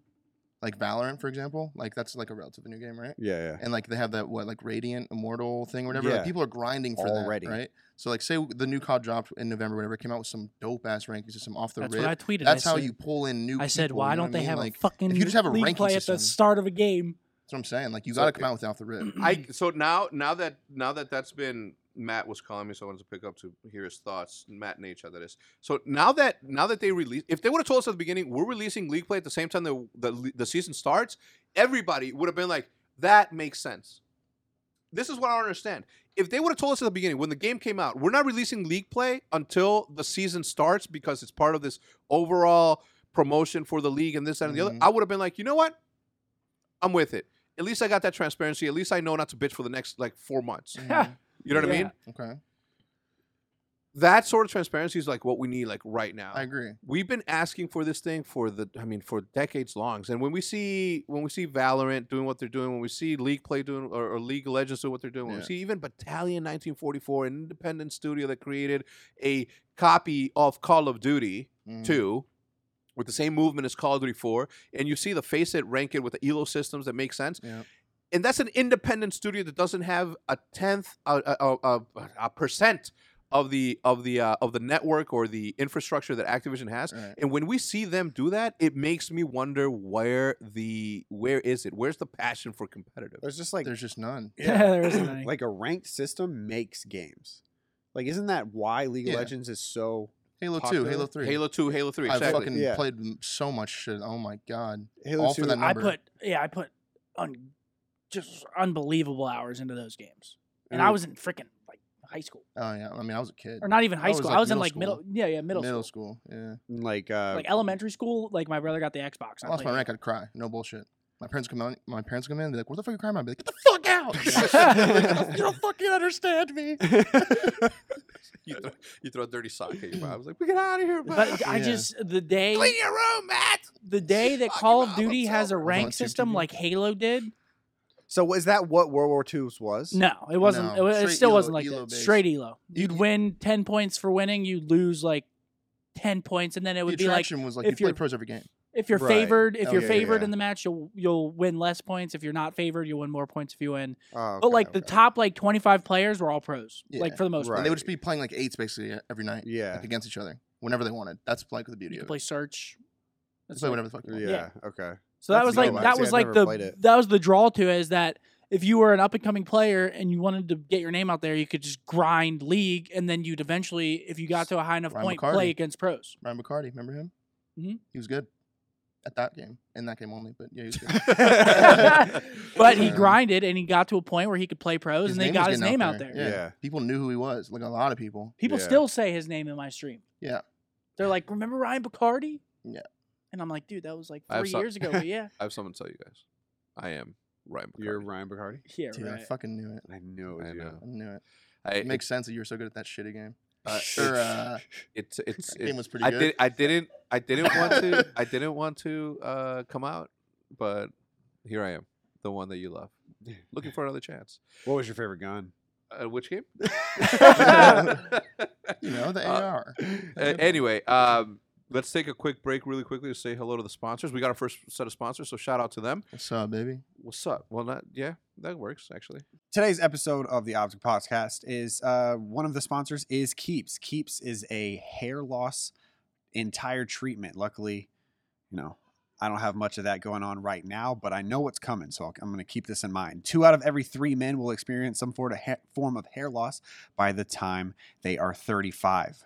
like Valorant for example. Like that's like a relatively new game, right?
yeah, yeah.
and like they have that what like radiant immortal thing or whatever
Yeah.
like people are grinding for
Already.
that right so like say the new cod dropped in november whatever it came out with some dope ass ranking system off the
That's
rip
what I tweeted.
that's
I
how
said,
you pull in new
I said,
people,
why
you know
don't
what
they
I mean?
have
like,
a fucking
if you just have a
league
ranking
play at
system-
the start of a game?
that's what i'm saying like you
So
got to
it-
come out with off the rip Mm-hmm.
I so now now that now that that's been Matt was calling me, so I wanted to pick up to hear his thoughts. Matt Nature, that is. So now that now that they release, if they would have told us at the beginning, we're releasing league play at the same time the the, le- the season starts, everybody would have been like, that makes sense. This is what I don't understand. If they would have told us at the beginning when the game came out, we're not releasing league play until the season starts because it's part of this overall promotion for the league and this that, and the other.
Mhm.
I would have been like, you know what? I'm with it. At least I got that transparency. At least I know not to bitch for the next like four months.
Mhm.
You know what I
Yeah.
mean?
okay
That sort of transparency is like what we need like right now.
i agree
We've been asking for this thing for the I mean for decades longs. And when we see when we see Valorant doing what they're doing, when we see League Play doing or, or League of Legends doing what they're doing, when we
Yeah.
see even Battalion 1944, an independent studio that created a copy of Call of Duty,
Mm.
two with the same movement as Call of Duty 4, and you see the face it rank it with the ELO systems that make sense.
Yeah.
And that's an independent studio that doesn't have a tenth, a, a, a, a- a percent of the of the uh, of the network or the infrastructure that Activision has.
Right.
And when we see them do that, it makes me wonder where the where is it? Where's the passion for competitive?
There's just like
there's just none
Yeah, there isn't any.
like a ranked system makes games. Like, isn't that why League of
Yeah.
Legends is so
halo 2
Popular?
halo 3
Halo Two, Halo Three,
i
exactly.
fucking
Yeah.
played m- so much shit oh my god
Halo
All for
2
that
I
number.
put yeah, I put un, just unbelievable hours into those games, and I
Yeah.
was in freaking like high school
oh yeah i mean i was a kid
or not even
I
high
was,
school.
like,
I was in
middle
like middle
school.
yeah yeah middle, school.
school. yeah
like uh
Like elementary school, like my brother got the Xbox.
i lost my
played it.
rank i'd cry no bullshit my parents come in. My parents come in. They're like, "What the fuck are you crying about?" I'd be like, "Get the fuck out! you don't fucking understand me."
You, throw, you throw a dirty sock at your mom. I was like, "We get out of here,
But I
Yeah.
just the day
Clean your room, Matt."
the day that
Fuck
Call
him
of
up, I'm
Duty has a
sober.
rank
on Tube
system
TV.
like Halo did.
so was that what World War II's was?
No, it wasn't.
No,
it, wa- it
straight
still
Elo-
wasn't like
Elo
that.
based.
Straight Elo. You'd
you-
win ten points for winning. You'd lose like ten points, and then it would
the
be like
attraction was like
if
you play
you're-
pros every game.
if you're
Right.
favored, if
Oh,
you're
yeah, yeah,
favored
yeah.
in the match, you'll you'll win less points. If you're not favored, you'll win more points if you win.
Oh,
but
okay,
like the
okay.
top like 25 players were all pros, like
Yeah,
for the most
And
part.
they
Right.
would just be playing like eights basically e-, every night,
Yeah.
like against each other, whenever they wanted. That's like the beauty
You
of
could play
it.
search.
Just
That's
play
like-
whatever the fuck. you
Yeah.
want.
Okay.
so that
That's
was
the
like
goal,
that
actually.
was
I've
like
never played
the
it.
that was the draw to it is that if you were an up and coming player and you wanted to get your name out there, you could just grind league, and then you'd eventually, if you got to a high enough
Ryan
point,
McCarty.
play against pros.
Ryan McCarty, remember him?
Mhm.
He was good at that game, in that game only. But yeah, he was good.
But he
Yeah.
grinded, and he got to a point where he could play pros,
His
and they
name
got
was
his
getting
name
out
out there.
there. Yeah.
yeah.
people knew who he was. Like a lot of people.
People
Yeah.
still say his name in my stream.
Yeah.
They're like, remember Ryan Bacardi?
Yeah.
And I'm like, dude, that was like
I have
three
some-
years ago. But yeah.
I have something to tell you guys. I am Ryan.
You're
McCartney.
Ryan Bacardi.
Yeah,
Dude,
right.
I fucking knew it.
I knew it
I
was you.
know.
I knew it.
I,
It makes sense that you were so good at that shitty game.
uh,
Or, uh,
it's it's
that
it-
game was pretty
I
good.
did I didn't I didn't want to I didn't want to uh, come out, but here I am, the one that you love, looking for another chance.
What was your favorite gun?
Uh, which game?
You know the
Uh,
AR.
Uh, anyway, um, let's take a quick break really quickly to say hello to the sponsors. We got our first set of sponsors, so shout out to them.
What's up, baby?
What's up? Well, not yeah, that works actually.
Today's episode of the Optic Podcast is uh, one of the sponsors is Keeps. Keeps is a hair loss entire treatment. Luckily, you know, I don't have much of that going on right now, but I know what's coming, so I'll- I'm going to keep this in mind. Two out of every three men will experience some sort of ha- form of hair loss by the time they are 35,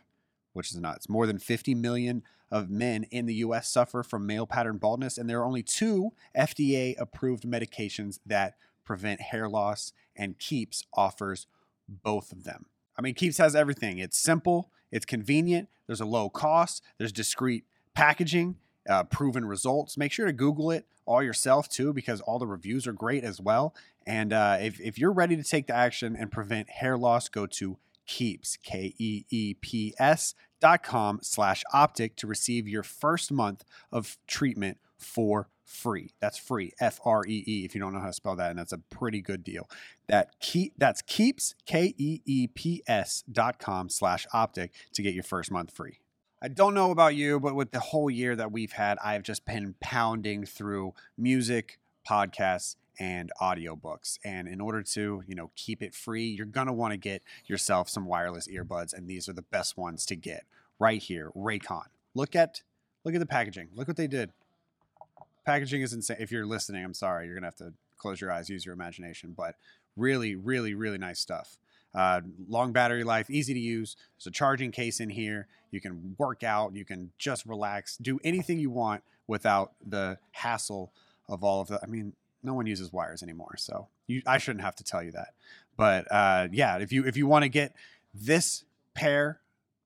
which is nuts. More than 50 million of men in the U.S. suffer from male pattern baldness, and there are only two FDA-approved medications that prevent hair loss, and Keeps offers both of them. I mean, Keeps has everything. It's simple, it's convenient, there's a low cost, there's discreet packaging, uh, proven results. Make sure to Google it all yourself too, because all the reviews are great as well. And uh, if, if you're ready to take the action and prevent hair loss, go to Keeps, K E E P S dot com slash optic to receive your first month of treatment for free. That's free, F R E E, if you don't know how to spell that. And that's a pretty good deal that keep that's keeps k e e p s dot com slash optic to get your first month free. I don't know about you, but with the whole year that we've had, I've just been pounding through music, podcasts, and audiobooks. And in order to, you know, keep it free, you're going to want to get yourself some wireless earbuds and these are the best ones to get right here, Raycon. Look at look at the packaging. Look what they did. Packaging is insane. If you're listening, I'm sorry. You're going to have to close your eyes, use your imagination, but really really really nice stuff uh, long battery life easy to use there's a charging case in here you can work out you can just relax do anything you want without the hassle of all of the i mean no one uses wires anymore so you, i shouldn't have to tell you that but uh, yeah if you if you want to get this pair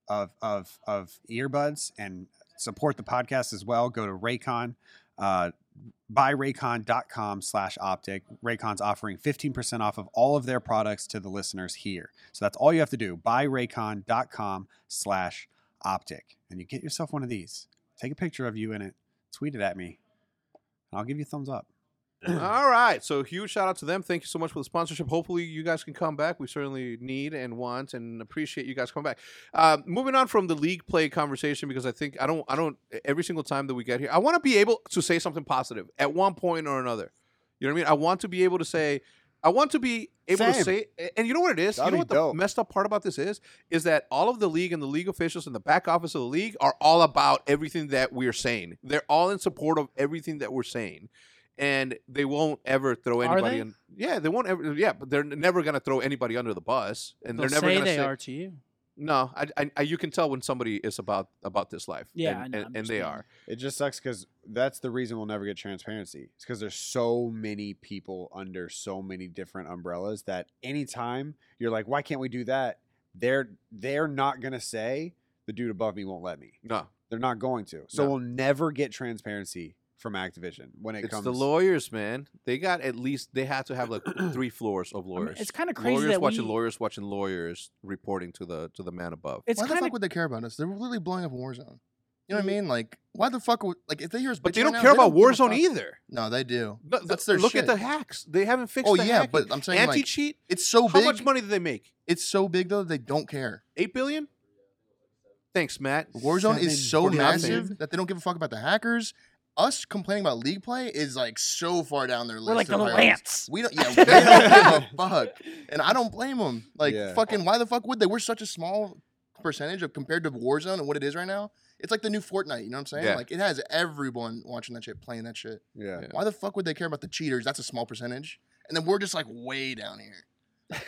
of of of earbuds and support the podcast as well go to raycon uh, buyraycon.com slash optic. Raycon's offering 15% off of all of their products to the listeners here. So that's all you have to do. Buyraycon.com slash optic. And you get yourself one of these. Take a picture of you in it. Tweet it at me. And I'll give you a thumbs up.
All right. So huge shout out to them. Thank you so much for the sponsorship. Hopefully you guys can come back. We certainly need and want and appreciate you guys coming back. Uh, moving on from the league play conversation because I think I don't I don't every single time that we get here I want to be able to say something positive at one point or another. You know what I mean? I want to be able to say I want to be able to
Same.
say and you know what it is?
That'd
you know
be
what
dope.
the messed up part about this is is that all of the league and the league officials and the back office of the league are all about everything that we're saying. They're all in support of everything that we're saying. And they won't ever throw
Are
anybody
they?
in. Yeah, they won't ever. Yeah, but they're never going to throw anybody under the bus, and
They'll
they're never
say
going to
they
say.
are to you.
No, I, I, I, you can tell when somebody is about about this life.
Yeah,
and,
I know,
and,
I'm
and
just
they
kidding.
are.
It just sucks because that's the reason we'll never get transparency. It's because there's so many people under so many different umbrellas that anytime you're like, why can't we do that? They're they're not gonna say the dude above me won't let me.
No,
They're not going to. So
No.
we'll never get transparency from Activision when it
it's
comes
the lawyers, man. They got at least they had to have like three floors of
I mean,
lawyers.
Um, it's kind of crazy
lawyers
that
watching
we,
lawyers watching lawyers reporting to the to the man above.
It's
why the
kind
fuck
of
would they care about us? They're literally blowing up Warzone. You know what I mean? Like, why the fuck? Would, like, if they hear us,
but they
bitching
don't
now,
care about
give a fuck.
Warzone either.
No, they do.
No, th-
That's their
look
shit.
at the hacks. They haven't fixed.
Oh
the
yeah,
hacking.
but I'm saying like,
anti-cheat.
it's so
how
big.
much money did they make?
It's so big though that they don't care.
Eight billion. Thanks, Matt.
Warzone
Seven
is so
for nothing.
massive that they don't give a fuck about the hackers. Us complaining about league play is like so far down their list.
we're like
of
the
priorities.
Lance.
We don't. Yeah, they don't give a fuck, and I don't blame them. Like
Yeah.
fucking, why the fuck would they? We're such a small percentage of compared to Warzone and what it is right now. It's like the new Fortnite. You know what I'm saying?
Yeah.
Like it has everyone watching that shit, playing that shit.
yeah.
Yeah.
Why the fuck would they care about the cheaters? That's a small percentage, and then we're just like way down here.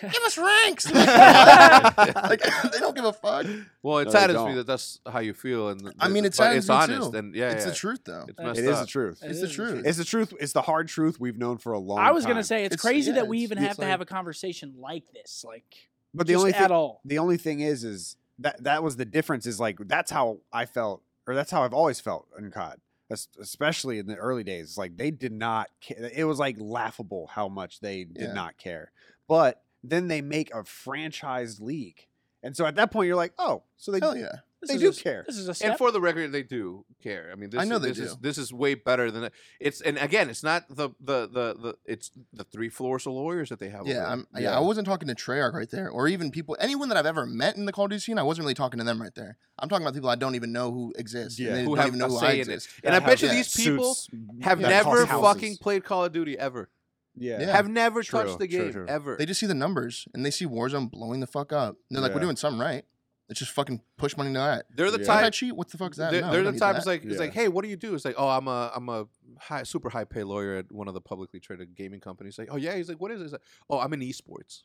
give us ranks. like they don't give a fuck.
Well, it
No, they
saddens me
don't.
that that's how you feel, and th-
I mean, it
but
saddens
it's
me
honest,
too.
and yeah,
It's
yeah,
the truth though.
It's
It
messed
It is the
up.
truth.
It's the
is
truth.
It's the truth. It's the hard truth we've known for a long time.
I was gonna say it's,
It's-
crazy
yeah,
that we
it's-
even
it's
have to
like-
have a conversation like this, like
but the
just
only
at
thing,
all.
the only thing is, is that that was the difference. Is like that's how I felt, or that's how I've always felt in COD, es- especially in the early days. It's like they did not. Care. It was like laughable how much they did
Yeah.
not care. But then they make a franchise league, and so at that point you're like, oh, so they
Hell yeah.
This
they
is
do
a,
care.
This is a step.
And for the record, they do care. I mean, this
I know
is,
they
this is
do.
this is way better than it's. And again, it's not the the the, the it's the three floors of lawyers that they have. over
Yeah,
there.
I'm, yeah, I wasn't talking to Treyarch right there, or even people, anyone that I've ever met in the Call of Duty scene. I wasn't really talking to them right there. I'm talking about people I don't even know who exist.
Yeah.
and they
Who
don't
have
even
a
know who
say
I
in it.
exist.
and I
That
bet you
house-
these people
suits-
have
that
never
cost houses.
fucking played Call of Duty ever.
Yeah.
Yeah.
Have never touched
True,
the
true,
game
true.
ever.
They just see the numbers and they see Warzone blowing the fuck up. And they're like, we're
Yeah.
doing something right. Let's just fucking push money into that.
They're the
Yeah.
Type, I
type.
cheat? What the fuck's that?
They're,
No,
they're the
we don't need
type.
that.
It's like it's
Yeah.
like, hey, what do you do? It's like, oh, I'm a I'm a high, super high pay lawyer at one of the publicly traded gaming companies. Like, oh yeah, he's like, what is it? He's like, oh, I'm in esports.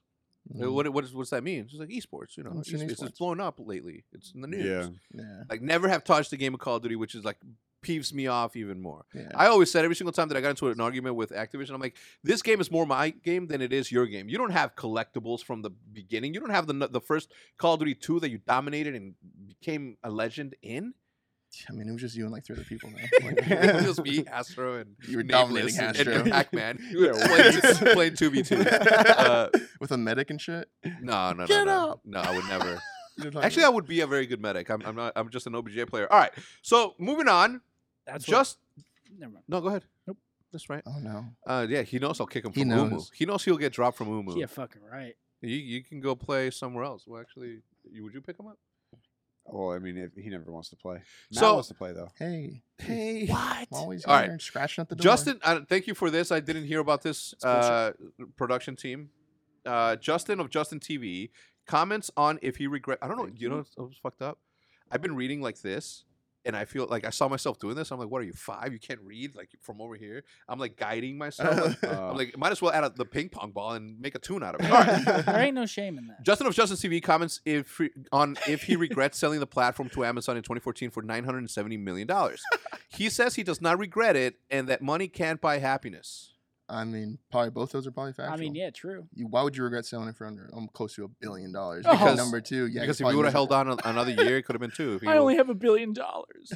Mhm.
What what is what's that mean? It's just like esports. You know,
What's
it's,
in
it's, it's
esports?
blown up lately. It's in the news.
Yeah.
Yeah.
Like never have touched the game of Call of Duty, which is like peeves me off even more.
Yeah.
I always said every single time that I got into an argument with Activision, I'm like, this game is more my game than it is your game. You don't have collectibles from the beginning. You don't have the the first Call of Duty 2 that you dominated and became a legend in.
I mean, it was just you and like three other people. man. Like,
it was just me, Astro, and
You were
Nameless
dominating
and-
Astro.
and Pac-Man. You were
Yeah,
playing,
right.
playing 2v2. Uh,
with a medic and shit.
no, no, no,
Get
no.
up.
No, I would never.
You know what I'm talking
Actually, I
about?
would be a very good medic. I'm, I'm not. I'm just an OBJ player. All right. So moving on.
That's what-
just
never mind.
no. Go ahead.
Nope.
That's right.
Oh no.
Uh, yeah, he knows I'll kick him
He
from Umu.
knows.
He knows he'll get dropped from Umu.
Yeah, fucking right.
You, you can go play somewhere else. Well, actually, you, would you pick him up?
Well, I mean, if he never wants to play. Matt
So-
wants to play though.
Hey,
Hey. What?
I'm always
All
All
right.
right. scratching at the door.
Justin, uh, thank you for this. I didn't hear about this uh, production team. Uh, Justin of Justin TV comments on if he regret. I don't know.
Thank
You know,
you.
it's- it was fucked up. I've been reading like this, and I feel like I saw myself doing this. I'm like, what are you five? You can't read like from over here. I'm like guiding myself. Like,
Uh,
I'm like, might as well add a, the ping pong ball and make a tune out of it. All right.
There ain't no shame in that.
Justin of Justin TV comments if on if he regrets selling the platform to Amazon in 2014 for 970 million dollars. he says he does not regret it and that money can't buy happiness.
I mean, probably both those are probably factual.
I mean, yeah, true.
You, why would you regret selling it for under? I'm close to a billion dollars.
Oh.
Because number two, yeah.
because
you
if
probably
he would have
would've-
held on a- another year, it could have been two. If he
I
would-
only have a billion dollars.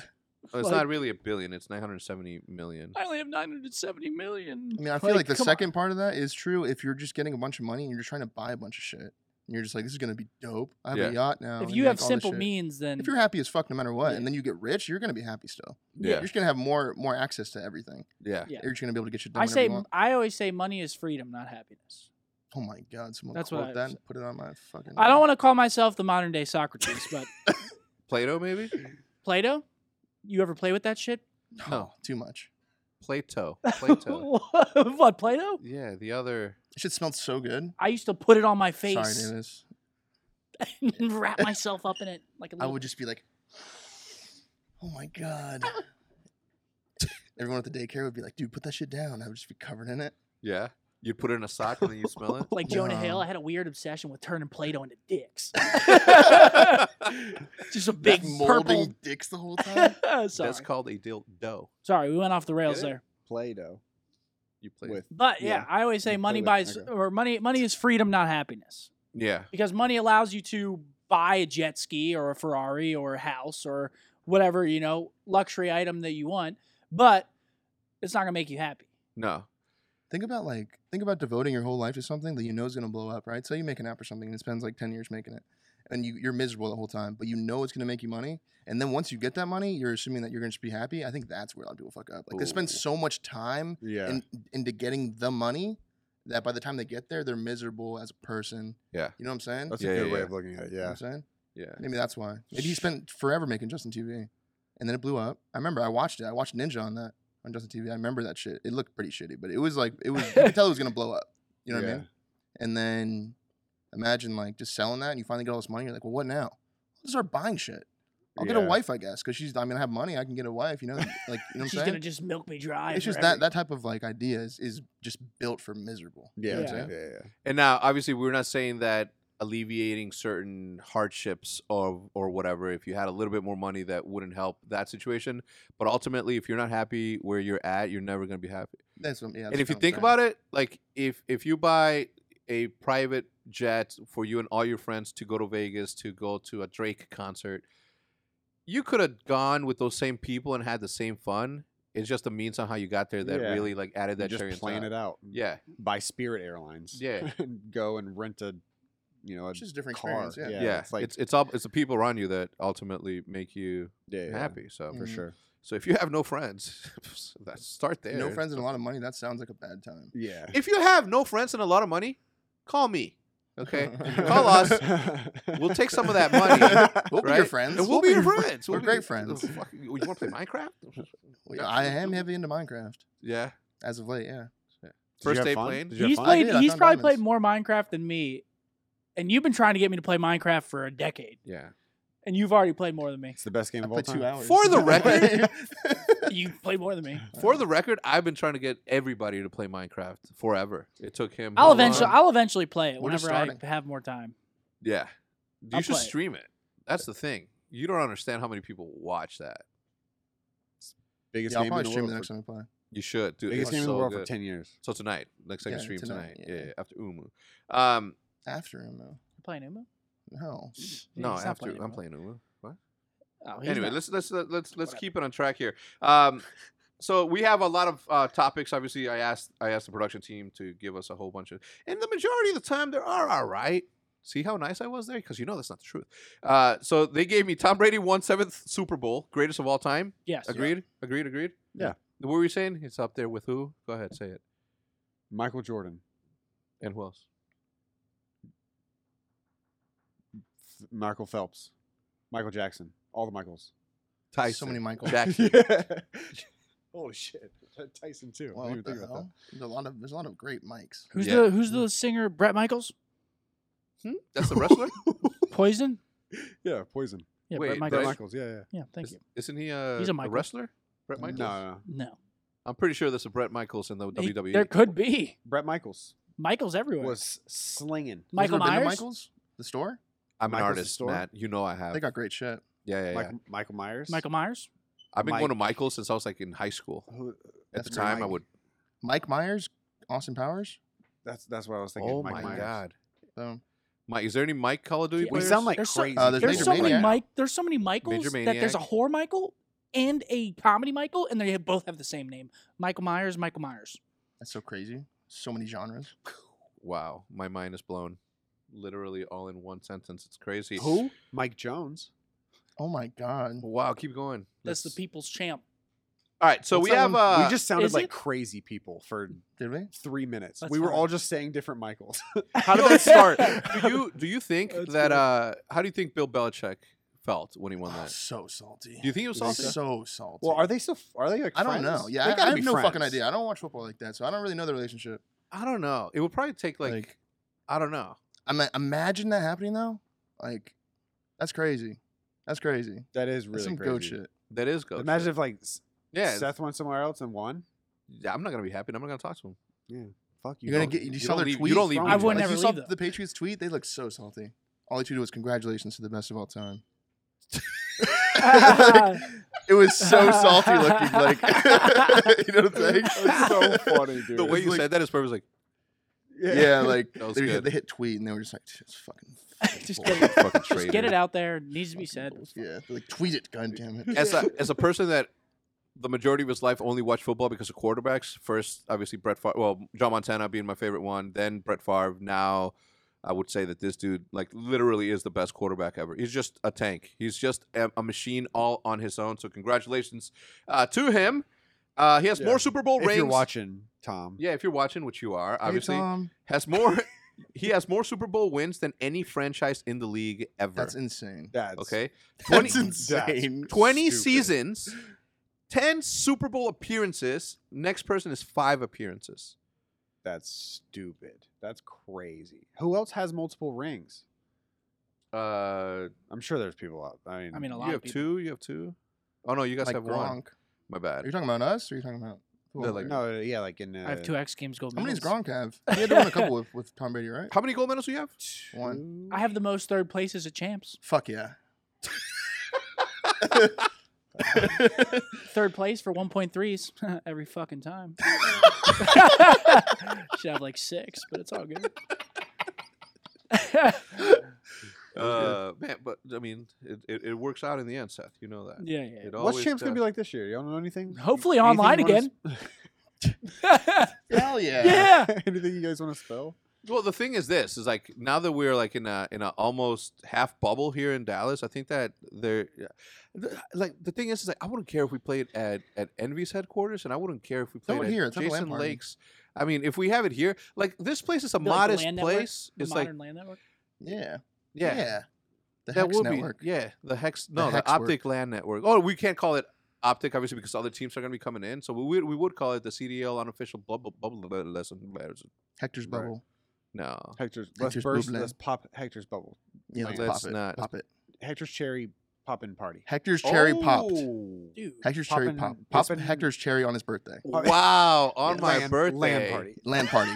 Oh, it's
like-
not really a billion; it's 970 million.
I only have 970 million.
I mean, I feel like, the
come on.
second part of that is true. If you're just getting a bunch of money and you're just trying to buy a bunch of shit, and you're just like, this is gonna be dope. I have
Yeah.
a yacht now.
If
and,
you
like,
have
all this
simple
shit.
means, then
If you're happy as fuck no matter what,
Yeah.
and then you get rich, you're gonna be happy still.
Yeah,
You're just gonna have more more access to everything.
yeah.
Yeah.
You're just gonna be able to get shit done.
I
whenever you
say,
want.
I always say, money is freedom, not happiness.
oh my god, someone
That's what
quote
I
that
said.
and put it on my fucking.
I don't want to call myself the modern day Socrates, but
Plato, maybe
Plato, you ever play with that shit?
to.
No.
Oh, too much.
Plato, Plato.
what Plato?
yeah, the other.
It shit smelled so good.
I used to put it on my
Sorry,
face
Davis.
and wrap myself up in it like a
I
little.
would just be like, oh my god. Everyone at the daycare would be like, dude, put that shit down. I would just be covered in it.
Yeah, you put it in a sock and then you smell it.
like Jonah Hill,
No.
I had a weird obsession with turning Plato into dicks. just a
Just
big
molding dicks the whole time.
purple. Sorry.
That's called a dildo.
Sorry, we went off the rails
it?
there.
Play though
You play
with
But yeah,
Yeah.
I always say
You play
money
with-
buys
okay.
or money money is freedom, not happiness.
Yeah,
Because money allows you to buy a jet ski or a Ferrari or a house or whatever, you know, luxury item that you want, but it's not gonna make you happy.
no.
think about like think about devoting your whole life to something that you know is gonna blow up, right? Say you make an app or something and it spends like ten years making it. And you, you're miserable the whole time, but you know it's gonna make you money. And then once you get that money, you're assuming that you're gonna just be happy. I think that's where a lot of people fuck up. Like they spend
Ooh.
so much time
yeah.
in, into getting the money that by the time they get there, they're miserable as a person.
Yeah.
You know what I'm saying?
That's
Yeah,
a good
yeah,
way
yeah.
of looking at it.
You know
Yeah.
what I'm saying?
Yeah.
Maybe that's why. Maybe he spent forever making Justin TV. And then it blew up. I remember I watched it. I watched Ninja on that on Justin TV. I remember that shit. It looked pretty shitty, but it was like it was you could tell it was gonna blow up. You know what I mean? And then imagine like just selling that and you finally get all this money, you're like, Well, what now? I'll start buying shit. I'll get a
Yeah.
wife, I guess, because she's I mean I have money, I can get a wife, you know, like you know what I'm
She's
saying?
gonna just milk me dry.
it's just
forever.
that that type of like idea is, is just built for miserable. You
Yeah.
know what I'm
Yeah.
saying?
Yeah. yeah.
And now, obviously, we're not saying that alleviating certain hardships or or whatever. If you had a little bit more money, that wouldn't help that situation. But ultimately, if you're not happy where you're at, you're never gonna be happy.
That's what, yeah,
and if you think about it, like if if you buy a private jet for you and all your friends to go to Vegas to go to a Drake concert, you could have gone with those same people and had the same fun. It's just the means on how you got there that
Yeah.
really like added that.
You
cherry
just
on
plan
top.
it out.
Yeah,
By Spirit Airlines.
Yeah.
and go and rent a, you know, a
it's just a different
car.
experience. Yeah.
yeah.
It's like
it's it's all it's the people around you that ultimately make you
yeah, Mm. yeah,
happy. Mm. So
for
Mhm.
sure.
so if you have no friends, that's start there.
No friends and a lot of money. That sounds like a bad time.
Yeah.
If you have no friends and a lot of money, call me. Okay, Call us. We'll take some of that money,
We'll be your
right?
friends.
And we'll, be your friends.
We're
We'll be-
great friends.
Fuck, You want to play Minecraft?
Well, I am heavy into Minecraft
Yeah.
as of late. Yeah,
First day plane.
Did you have
He's
fun?
played.
did. I
he's
found
probably
diamonds.
played more Minecraft than me, and you've been trying to get me to play Minecraft for a decade,
Yeah.
and you've already played more than me.
It's the best game
I
of all
put
time.
two hours
For the record-
you played more than me.
For the record, I've been trying to get everybody to play Minecraft forever. It took him.
I'll
how
eventually.
long?
I'll eventually play it
We're just
whenever I
starting.
have more time.
Yeah. You
I'll
should
play it.
stream it. That's the thing. You don't understand how many people watch that.
Biggest
Yeah, I'll
name in
probably
the
stream
world.
the next
for,
time I play.
You should, dude.
biggest
it's
name in the
so
world for
good.
ten years.
So tonight, next second
Yeah,
stream tonight.
tonight,
Yeah.
yeah.
yeah, after Umu. Um,
After him though.
playing Uma?
No.
no,
he's not
after I'm
Uma.
playing Umu. What?
Oh, he's
anyway,
not.
let's let's let's let's
Whatever.
keep it on track here. Um, so we have a lot of uh, topics. Obviously, I asked I asked the production team to give us a whole bunch of, and the majority of the time there are all right. See how nice I was there, because you know that's not the truth. Uh, so they gave me Tom Brady won seventh Super Bowl, greatest of all time.
yes.
Agreed, agreed, agreed.
Yeah.
What were you saying? It's up there with who? Go ahead, say it.
Michael Jordan,
And who else?
F- Michael Phelps, Michael Jackson, all the Michaels.
Tyson.
So many Michael.
Jackson.
Holy shit, Tyson too.
Wow, what the hell? There's a lot of there's a lot of great mics.
Who's
Yeah.
the Who's the singer? Brett Michaels?
That's the wrestler.
Poison?
Yeah, Poison.
Yeah,
Wait,
Brett
Brett
Michaels.
Michaels. Yeah, yeah.
Yeah, thank
Is-
you.
Isn't he a,
He's a
a,
Michael.
wrestler? Brett
No,
Michaels.
No, no, no.
No,
I'm pretty sure there's a Brett Michaels in the
He-
WWE.
there could be
Brett Michaels
Michaels everywhere.
was slinging.
You've
Michael
never been to
Myers.
Michaels? The store?
Michael's
I'm an
the
artist,
store?
Matt. You know I have.
They got great shit.
yeah, yeah, yeah.
Michael, Michael Myers.
Michael Myers.
I've been
Mike-
going to Michael since I was like in high school.
Who,
At
That's
the
great,
time, I
Mike.
would.
Mike Myers, Austin Powers.
that's that's what I was thinking.
Oh
Mike
my
Myers.
god,
So
Mike! Is there any Mike Call of Duty
Yeah.
We
players?
sound like
There's so-
crazy.
Uh, there's
There's
Major
so many
Maniac.
Mike. There's so many Michaels
Major
that there's a
Maniac.
whore Michael and a comedy Michael, and they both have the same name: Michael Myers. Michael Myers.
that's so crazy. So many genres.
wow, my mind is blown. Literally all in one sentence. It's crazy.
Who? Mike Jones.
Oh my god.
Wow, keep going.
That's the
Let's-
people's champ.
All right, so we
What's that
have.
one?
Uh,
um, we just sounded
is
like
it?
crazy people for
Did we?
three minutes.
That's
we were
fine.
all just saying different Michaels.
How did that start? do you do you think
That's
that?
good.
Uh, how do you think Bill Belichick felt when he won
Oh,
that?
so salty.
Do you think it was
think
salty?
so?
So salty.
well, are they still? Are they like?
I don't know.
friends?
Yeah,
They
I, I
gotta
have
be
no fucking
friends.
idea. I don't watch football like that, so I don't really know the relationship.
I don't know. It would probably take like,
Like-
I don't know.
I mean, imagine that happening though. Like, that's crazy. That's crazy.
That is
that's
really
some
crazy.
goat shit.
That is good.
Imagine if like S-
yeah, it's-
Seth went somewhere else and won.
yeah, I'm not gonna be happy. and I'm not gonna talk to him.
Fuck you.
You're gonna
don't-
get. You,
you
saw
don't
their
leave- you
tweet.
don't leave
I would
Like,
never
you saw
leave them.
the Patriots tweet. They look so salty. All they tweeted was "Congratulations to the best of all time." Like, it was so salty looking. Like, you know what I'm saying?
That's so funny, dude.
The way
It's
you
like-
said that is perfect. Like,
Yeah, like
That was
they,
good.
hit, they hit tweet and they were just like, "It's fucking."
Just
bull-
get it,
Fucking
just get
traitor.
it out there. It needs to be said.
Yeah, they're like tweet it, god damn it.
as a as a person that the majority of his life only watched football because of quarterbacks. First, obviously Brett Favre. Well, John Montana being my favorite one. Then Brett Favre. Now, I would say that this dude like literally is the best quarterback ever. He's just a tank. He's just a, a machine all on his own. So congratulations uh, to him. Uh, he has
Yeah.
more Super Bowl
if
rings.
you're watching, Tom.
yeah, if you're watching, which you are,
Hey,
obviously
Tom.
has more. he has more Super Bowl wins than any franchise in the league ever.
That's insane.
That's
okay,
That's
20
insane.
20
Stupid.
seasons, 10 Super Bowl appearances. Next person is five appearances.
That's stupid. That's crazy. Who else has multiple rings?
Uh,
I'm sure there's people out. I mean,
I mean, a
you
lot
have
of people.
two. You have two. Oh no, you guys
Like
have one.
Gronk.
My
Are
bad.
you talking about us? Or are you talking about? who
They're
over
like-
there?
no, yeah, like in. Uh,
I have two X Games gold
How many
medals.
does Gronk have? He had to win a couple with, with Tom Brady, right?
How many gold medals do you have?
One.
I have the most third places at champs.
Fuck yeah.
Third place for 1.3s every fucking time. Should have like six, but it's all good.
Uh, man, but I mean, it, it, it works out in the end, Seth. You know that.
yeah, yeah.
It
What's
always
champs gonna be
does.
like this year? Y'all know anything?
Hopefully
Anything you
online
wanna
again.
Hell yeah.
yeah.
s- anything you guys want to spell?
Well, the thing is, this is like now that we're like in a in a almost half bubble here in Dallas. I think that there, th- like the thing is, is like I wouldn't care if we played at at Envy's headquarters, and I wouldn't care if we
Throw
played
it
at
here, it's not a LAN
Jason
party.
Lake's. I mean, if we have it here, like this place is a
Be like the
modest
LAN network,
place.
The
it's like
modern land network.
Yeah.
yeah,
The
that
Hex
would
Network.
be yeah the hex no the,
Hex work.
optic LAN network. Oh, we can't call it optic obviously because other teams are going to be coming in. So we would- we would call it the CDL unofficial bubble bubble lesson.
Hector's
Right.
Bubble.
No,
Hector's. Let's
Hector's
burst.
Bubbler.
Let's pop Hector's bubble.
Yeah, let's,
Let's
pop it.
not-
Pop it.
Hector's cherry poppin' party.
Hector's cherry popped.
Oh.
Dude.
Hector's cherry
Poppin'-
pop. Pop
poppin'-
Hector's cherry on his birthday.
Wow, on
Yeah.
my
Land-
birthday.
Land party.
Land party.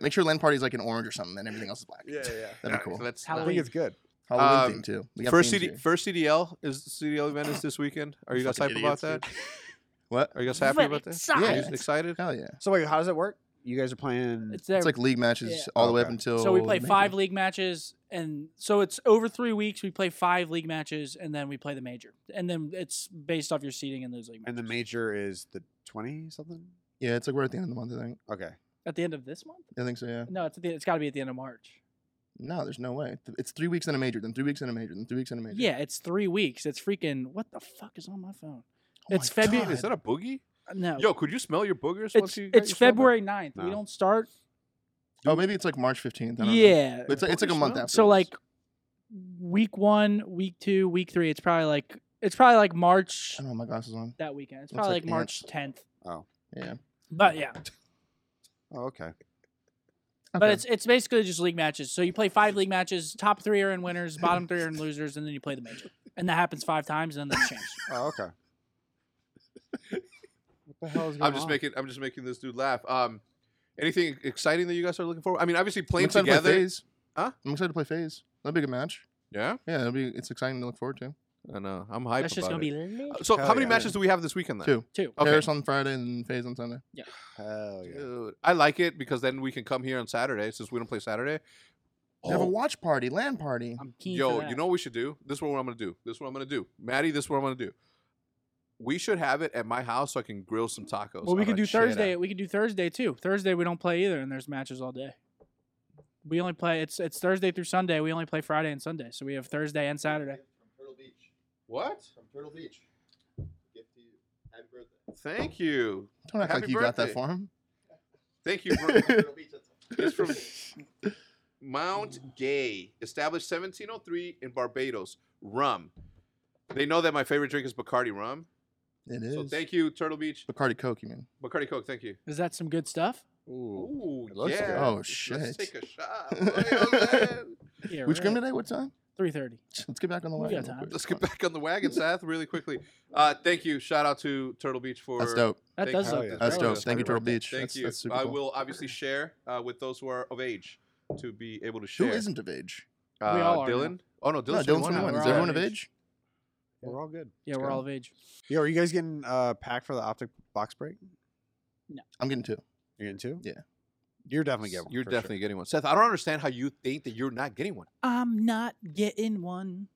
Make sure land party's like in orange or something, and everything else is black.
yeah.
That'd be cool.
Let's
Halloween.
I think it's good.
Halloween
Um,
theme too. We got
First
themes
CD,
here.
first CDL is CDL event is this weekend. Are you guys hype
Fucking
about that?
idiots, What?
Are you guys happy
But
about that?
excited.
Are you excited?
Hell yeah!
So wait, how does it work? You guys are playing.
It's there.
It's like league matches
Yeah.
all the way up
Okay.
until.
so we play
May.
five league matches, and so it's over three weeks. We play five league matches, and then we play the major, and then it's based off your seating in those league matches.
and the major is the twenty something.
Yeah, it's like we're at the end of the month. I think.
Okay.
at the end of this month?
I think so. Yeah.
No, it's at the, it's got to be at the end of March.
No, there's no way. Th- It's three weeks in a major, then three weeks in a major, then three weeks in a major.
Yeah, it's three weeks. It's freaking what the fuck is on my phone?
Oh
it's
my
February-
God.
Is that a boogie?
Uh, No,
Yo, could you smell your boogers once
it's
you? got
it's
your smell back?
February 9th. We
No.
don't start.
Oh, maybe it's like March 15th. I don't know.
Yeah,
But it's, like- it's like a month
So,
after.
so like week one, week two, week three. It's probably like it's probably like March
I don't know my glasses on.
that weekend. It's
Looks
probably
like
like, March 10th.
Oh,
Yeah.
But yeah,
Oh, okay.
but it's it's basically just league matches. So you play five league matches. Top three are in winners, bottom three are in losers, and then you play the major. And that happens five times, and then that's changed.
Oh, okay. what the hell is going
I'm just
on?
making I'm just making this dude laugh. Um, anything exciting that you guys are looking for? I mean, obviously
I'm
playing
excited to play
together.
Phase.
Huh?
I'm excited to play Phase. That'll be a good match.
Yeah,
Yeah, it'll be. It's exciting to look forward to.
I know. I'm hyped.
that's just gonna
about
be
it.
lit.
Uh, So,
Hell
how many
yeah.
matches do we have this weekend? Then
Two.
two.
Okay.
Paris on Friday and Phase on Sunday.
Hell yeah.
Dude, I like it because then we can come here on Saturday since we don't play Saturday.
They have a
Oh,
watch party, land party.
Um,
I'm keen. for
Yo,
that.
you know what we should do? This is what I'm gonna do. This is what I'm gonna do. Maddie, this is what I'm gonna do. We should have it at my house so I can grill some tacos.
Well, we
I'm
could
like,
do
"Shit,
Thursday.
I-"
We could do Thursday too. Thursday we don't play either, and there's matches all day. We only play it's it's Thursday through Sunday. We only play Friday and Sunday, so we have Thursday and Saturday.
From Turtle Beach.
What?
From Turtle Beach. Gift to you. Happy birthday.
Thank you.
Don't act
Happy
like you got that
birthday.
for him.
Thank you.
From
For,
Turtle Beach. That's all.
it's from Mount Gay, established 1703 in Barbados. Rum. They know that my favorite drink is Bacardi rum.
It is.
So thank you, Turtle Beach.
Bacardi Coke, you mean?
Bacardi Coke, thank you.
Is that some good stuff?
Ooh.
Ooh,
it looks
yeah.
good.
Oh,
Let's
shit.
take a shot. You know what I'm saying?
Yeah,
Which game today? What time?
Three thirty.
Let's get back on the
We
wagon.
got
real
time.
quick.
Let's get back on the wagon, Seth, really quickly. Uh, thank you. Shout out to Turtle Beach for
That's dope.
That
Thank
does
you.
look
Hell yeah.
good.
That's
That
dope.
looks
Thank you,
good.
Turtle Beach.
Thank
That's,
you.
that's super
I
cool.
will obviously share uh, with those who are of age to be able to
Who
share.
isn't of age?
Uh,
We all are
Dylan? Oh no,
No,
Dylan's
Dylan's
21 now.
21. Is
We're all
everyone
of
of
age.
age?
We're all good.
Yeah, we're all of age.
Yo, are you guys getting uh packed for the optic box break?
I'm getting two.
You're getting two?
Yeah.
You're definitely getting one.
You're
for sure.
definitely getting one, Seth. I don't understand how you think that you're not getting one.
I'm not getting one.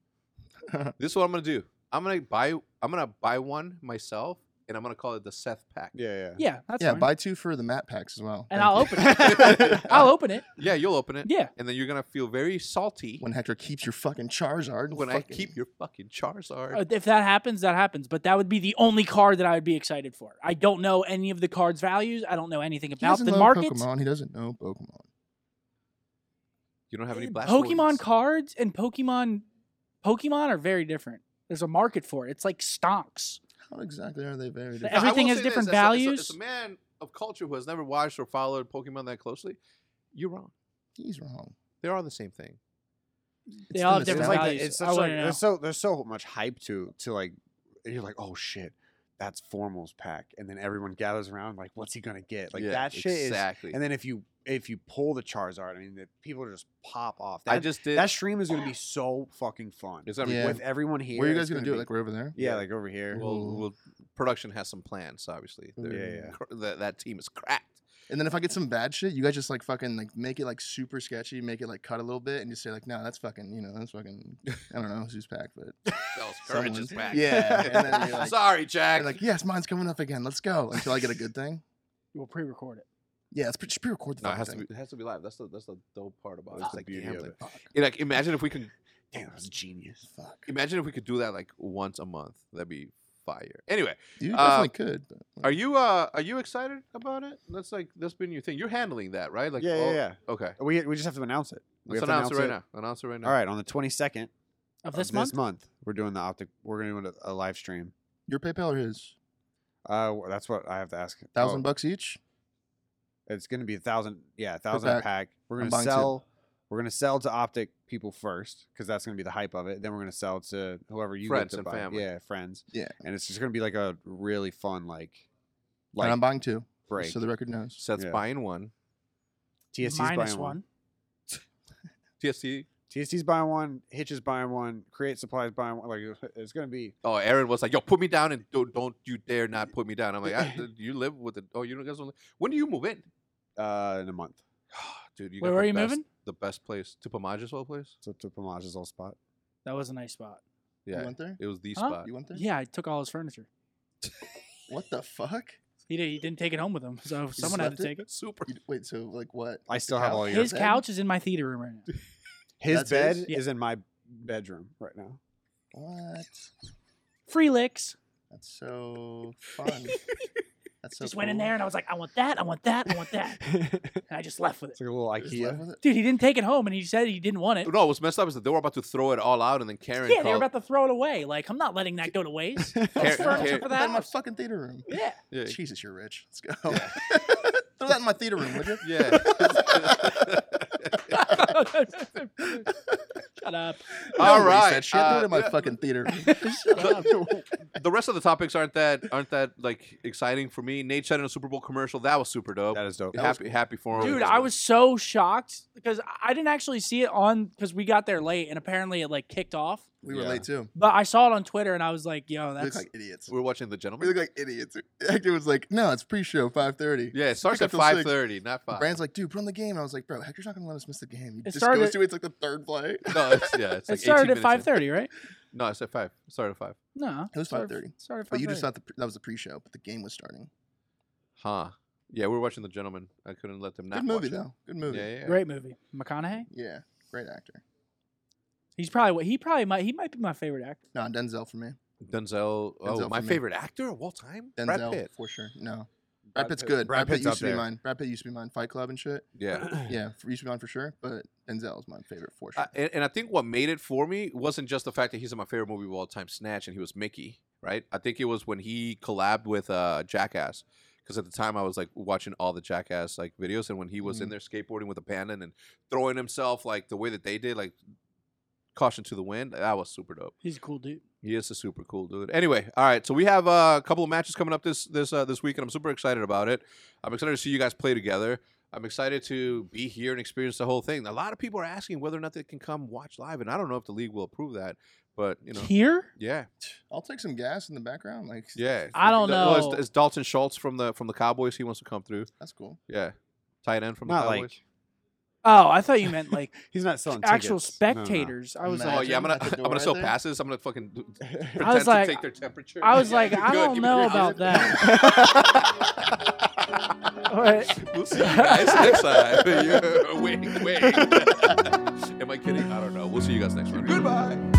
This is what I'm gonna do. I'm gonna buy. I'm gonna buy one myself, and I'm gonna call it the Seth pack.
Yeah, yeah.
Yeah, that's
yeah,
fine.
buy two for the mat packs as well.
and
Thank
I'll
you.
open it. I'll open it.
Yeah, you'll open it,
Yeah.
and then you're gonna feel very salty
When Hector keeps your fucking Charizard.
when I
fucking-
keep your fucking Charizard.
Uh, If that happens, that happens. But that would be the only card that I would be excited for. I don't know any of the cards' values. I don't know anything
He
about
doesn't
the
know
markets.
Pokemon. He doesn't know Pokemon.
you don't have
Eh,
any
Uh,
blast.
Pokemon cards and Pokemon Pokemon are very different. There's a market for it. It's like stonks.
How exactly are they very
The
different?
Now, I will
Everything has
say
different
as a- as a- As a,
values.
man of culture who has never watched or followed Pokemon that closely, you're wrong.
He's wrong.
They are the same thing.
They
the
all have
nostalgia.
different
it's like
values.
it's
I
such like,
wouldn't know.
there's so there's so much hype to to like you're like oh shit that's formals pack and then everyone gathers around like what's he gonna get like
Yeah,
that shit is
exactly.
and then if you if you pull the Charizard I mean the people just pop off that,
I just did.
that stream is gonna be so fucking fun
Is that-
Yeah.
with everyone here
Where are you
it's
guys gonna, do it?
be-
Like we're over there.
yeah like over here
Well, well, production has some plans, obviously. They're-
Yeah, yeah.
cr- That, that team is cracked.
And then if I get some bad shit, you guys just like fucking like make it like super sketchy, make it like cut a little bit, and just say like, no, that's fucking, you know, that's fucking, I don't know who's packed, but
That was courage is
someone's-
back.
Yeah. and then you're like,
Sorry, Jack.
you're like, yes, mine's coming up again. Let's go until I get a good thing.
we'll pre-record it.
Yeah, it's pre- just pre-record the
no, it
fucking
has to
thing.
be. It has to be live. That's the that's the dope part about it.
That's
It's
the
like
beauty of
gambling.
it.
Fuck.
Yeah, Like, imagine if we can.
damn that's genius
Fuck.
Imagine if we could do that like once a month. That'd be fire. Anyway,
You
Uh,
definitely could. But,
are you uh are you excited about it? That's like that's been your thing. You're handling that, right? Like
yeah
all-
yeah yeah
Okay.
we we just have to announce it we
Let's
have to
announce it right now. Announce it right now.
all right on the 22nd
Of
of
this month?
this month we're doing the optic we're gonna do a, a live stream
your PayPal or his?
Uh, w- that's what I have to ask.
Thousand
Oh,
bucks each.
It's gonna be a thousand. Yeah, a thousand a
pack.
pack. We're
I'm
gonna
buying two.
sell. We're gonna sell to optic people first because that's gonna be the hype of it. Then we're gonna sell to whoever you get
Friends
to
and
buy.
family.
Yeah, friends.
Yeah.
and it's just gonna be like a really fun like like
and I'm buying two,
break.
so the record knows.
Seth's
Yeah.
buying one.
TSC's
Minus
buying
one.
one.
TSC
TST's buying one, Hitch is buying one, Create Supplies buying one. Like it's gonna be
Oh, Aaron was like, "Yo, put me down and don't, don't you dare not put me down." I'm like, I, "You live with the oh, you guys don't. Live. When do you move in, Ah,
uh in a month.
dude? You
Wait,
got
where are
the
you
best-
moving?
The best place, Tupamaja's old place.
So to Pommage's old spot.
That was a nice spot.
You
Yeah, Uh,
went there?
it was the
Huh?
spot.
You went there?
Yeah, I took all his furniture.
What the fuck?
He, did, he didn't take it home with him, so someone had
slept
to
it?
take it.
Super.
You- wait, so like what?
I still have
couch?
all your
His
bed?
couch is in my theater room right now.
His
That's
bed
his?
Yeah.
is in my bedroom right now.
What?
Free licks.
That's so fun. That's so
just went in
cool.
there and I was like, I want that, I want that, I want that.
it's
and I just left with it.
like a little
You just left
IKEA.
with it?
Dude, he didn't take it home and he said he didn't want it.
No, what's messed up is that they were about to throw it all out, and then Karen
Yeah, they were
called.
about to throw it away. Like, I'm not letting that go to waste.
Karen-
That's furniture
Karen-
for
Throw that in my
that.
fucking theater room.
Yeah.
Yeah.
Jesus, you're rich. Let's go. Throw that in my theater room, would you?
yeah.
Shut up.
All
Don't waste
right,
That shit. Throw it in my
uh,
fucking theater room.
Shut up.
the rest of the topics aren't that aren't that like exciting for me. Nate shot in a Super Bowl commercial. That was super dope.
That is dope.
happy, happy for him.
Dude, I was so shocked because I didn't actually see it on because we got there late and apparently it like kicked off.
We were
Yeah.
late too.
But I saw it on Twitter and I was like, yo,
We look
that's
like idiots.
We were watching the
We
gentleman.
look like idiots. Actor was like, no, it's pre-show, 5.30.
yeah, it starts
Pick
at
up till six.
five thirty, not five.
Brand's like, dude, put on the game. And I was like, bro, Hector's not gonna let us miss the game. He
It
just
started-
goes to it. It's like the third play.
no, it's, yeah, it's
it
like 18
started at
minutes in.
five thirty, right?
No, it's at five. It started at five.
No,
It was
started-
5:30.
Started at
But you
5:30.
just thought the, pre- that was the pre-show, but the game was starting.
Huh? Yeah, we were watching the gentleman. I couldn't let them not.
Good movie
watch it.
though. Good movie.
Yeah,
Yeah,
yeah, yeah.
great movie. McConaughey.
great actor.
He's probably he probably might he might be my favorite actor.
No, Denzel for me.
Denzel. Oh,
Denzel
my
for me.
favorite actor of all time.
Denzel
Brad Pitt.
for sure. No,
Brad
Brad Pitt's
Pitt-
good.
Brad
Brad, Pitt
Pitt's up
used to
there.
be mine. Brad Pitt used to be mine. Fight Club and shit.
Yeah.
Yeah, for, used to be mine for sure. But Denzel is my favorite for sure.
I, and, and I think what made it for me wasn't just the fact that he's in my favorite movie of all time, Snatch, and he was Mickey, right? I think it was when he collabed with uh, Jackass, because at the time I was like watching all the Jackass like videos, and when he was in there skateboarding with a panda and, then throwing himself like the way that they did, like caution to the wind, that was super dope.
He's a cool dude.
He is a super cool dude. Anyway, all right, so we have uh, a couple of matches coming up this this uh, this week, and I'm super excited about it. I'm excited to see you guys play together. I'm excited to be here and experience the whole thing. A lot of people are asking whether or not they can come watch live, and I don't know if the league will approve that, but you know,
Here,
yeah,
I'll take some gas in the background. Like,
yeah.
I don't
Well, it's-
know.
It's, Dalton Schultz from the from the Cowboys. He wants to come through.
that's cool.
Yeah, tight end from
Not
the Cowboys.
like
Oh, I thought you meant like
he's not selling
actual
tickets. No, no, no.
spectators. I was
oh
like,
yeah, I'm gonna
Imagine at
I'm
the
gonna
door
sell
there.
passes. I'm gonna fucking d- d- pretend
like-
to take their temperature.
I was like,
Good,
I don't
give me
know
your-
about that. Alright.
We'll see you guys next time. Yeah, wait, wait. Am I kidding? I don't know. We'll see you guys next time. Goodbye.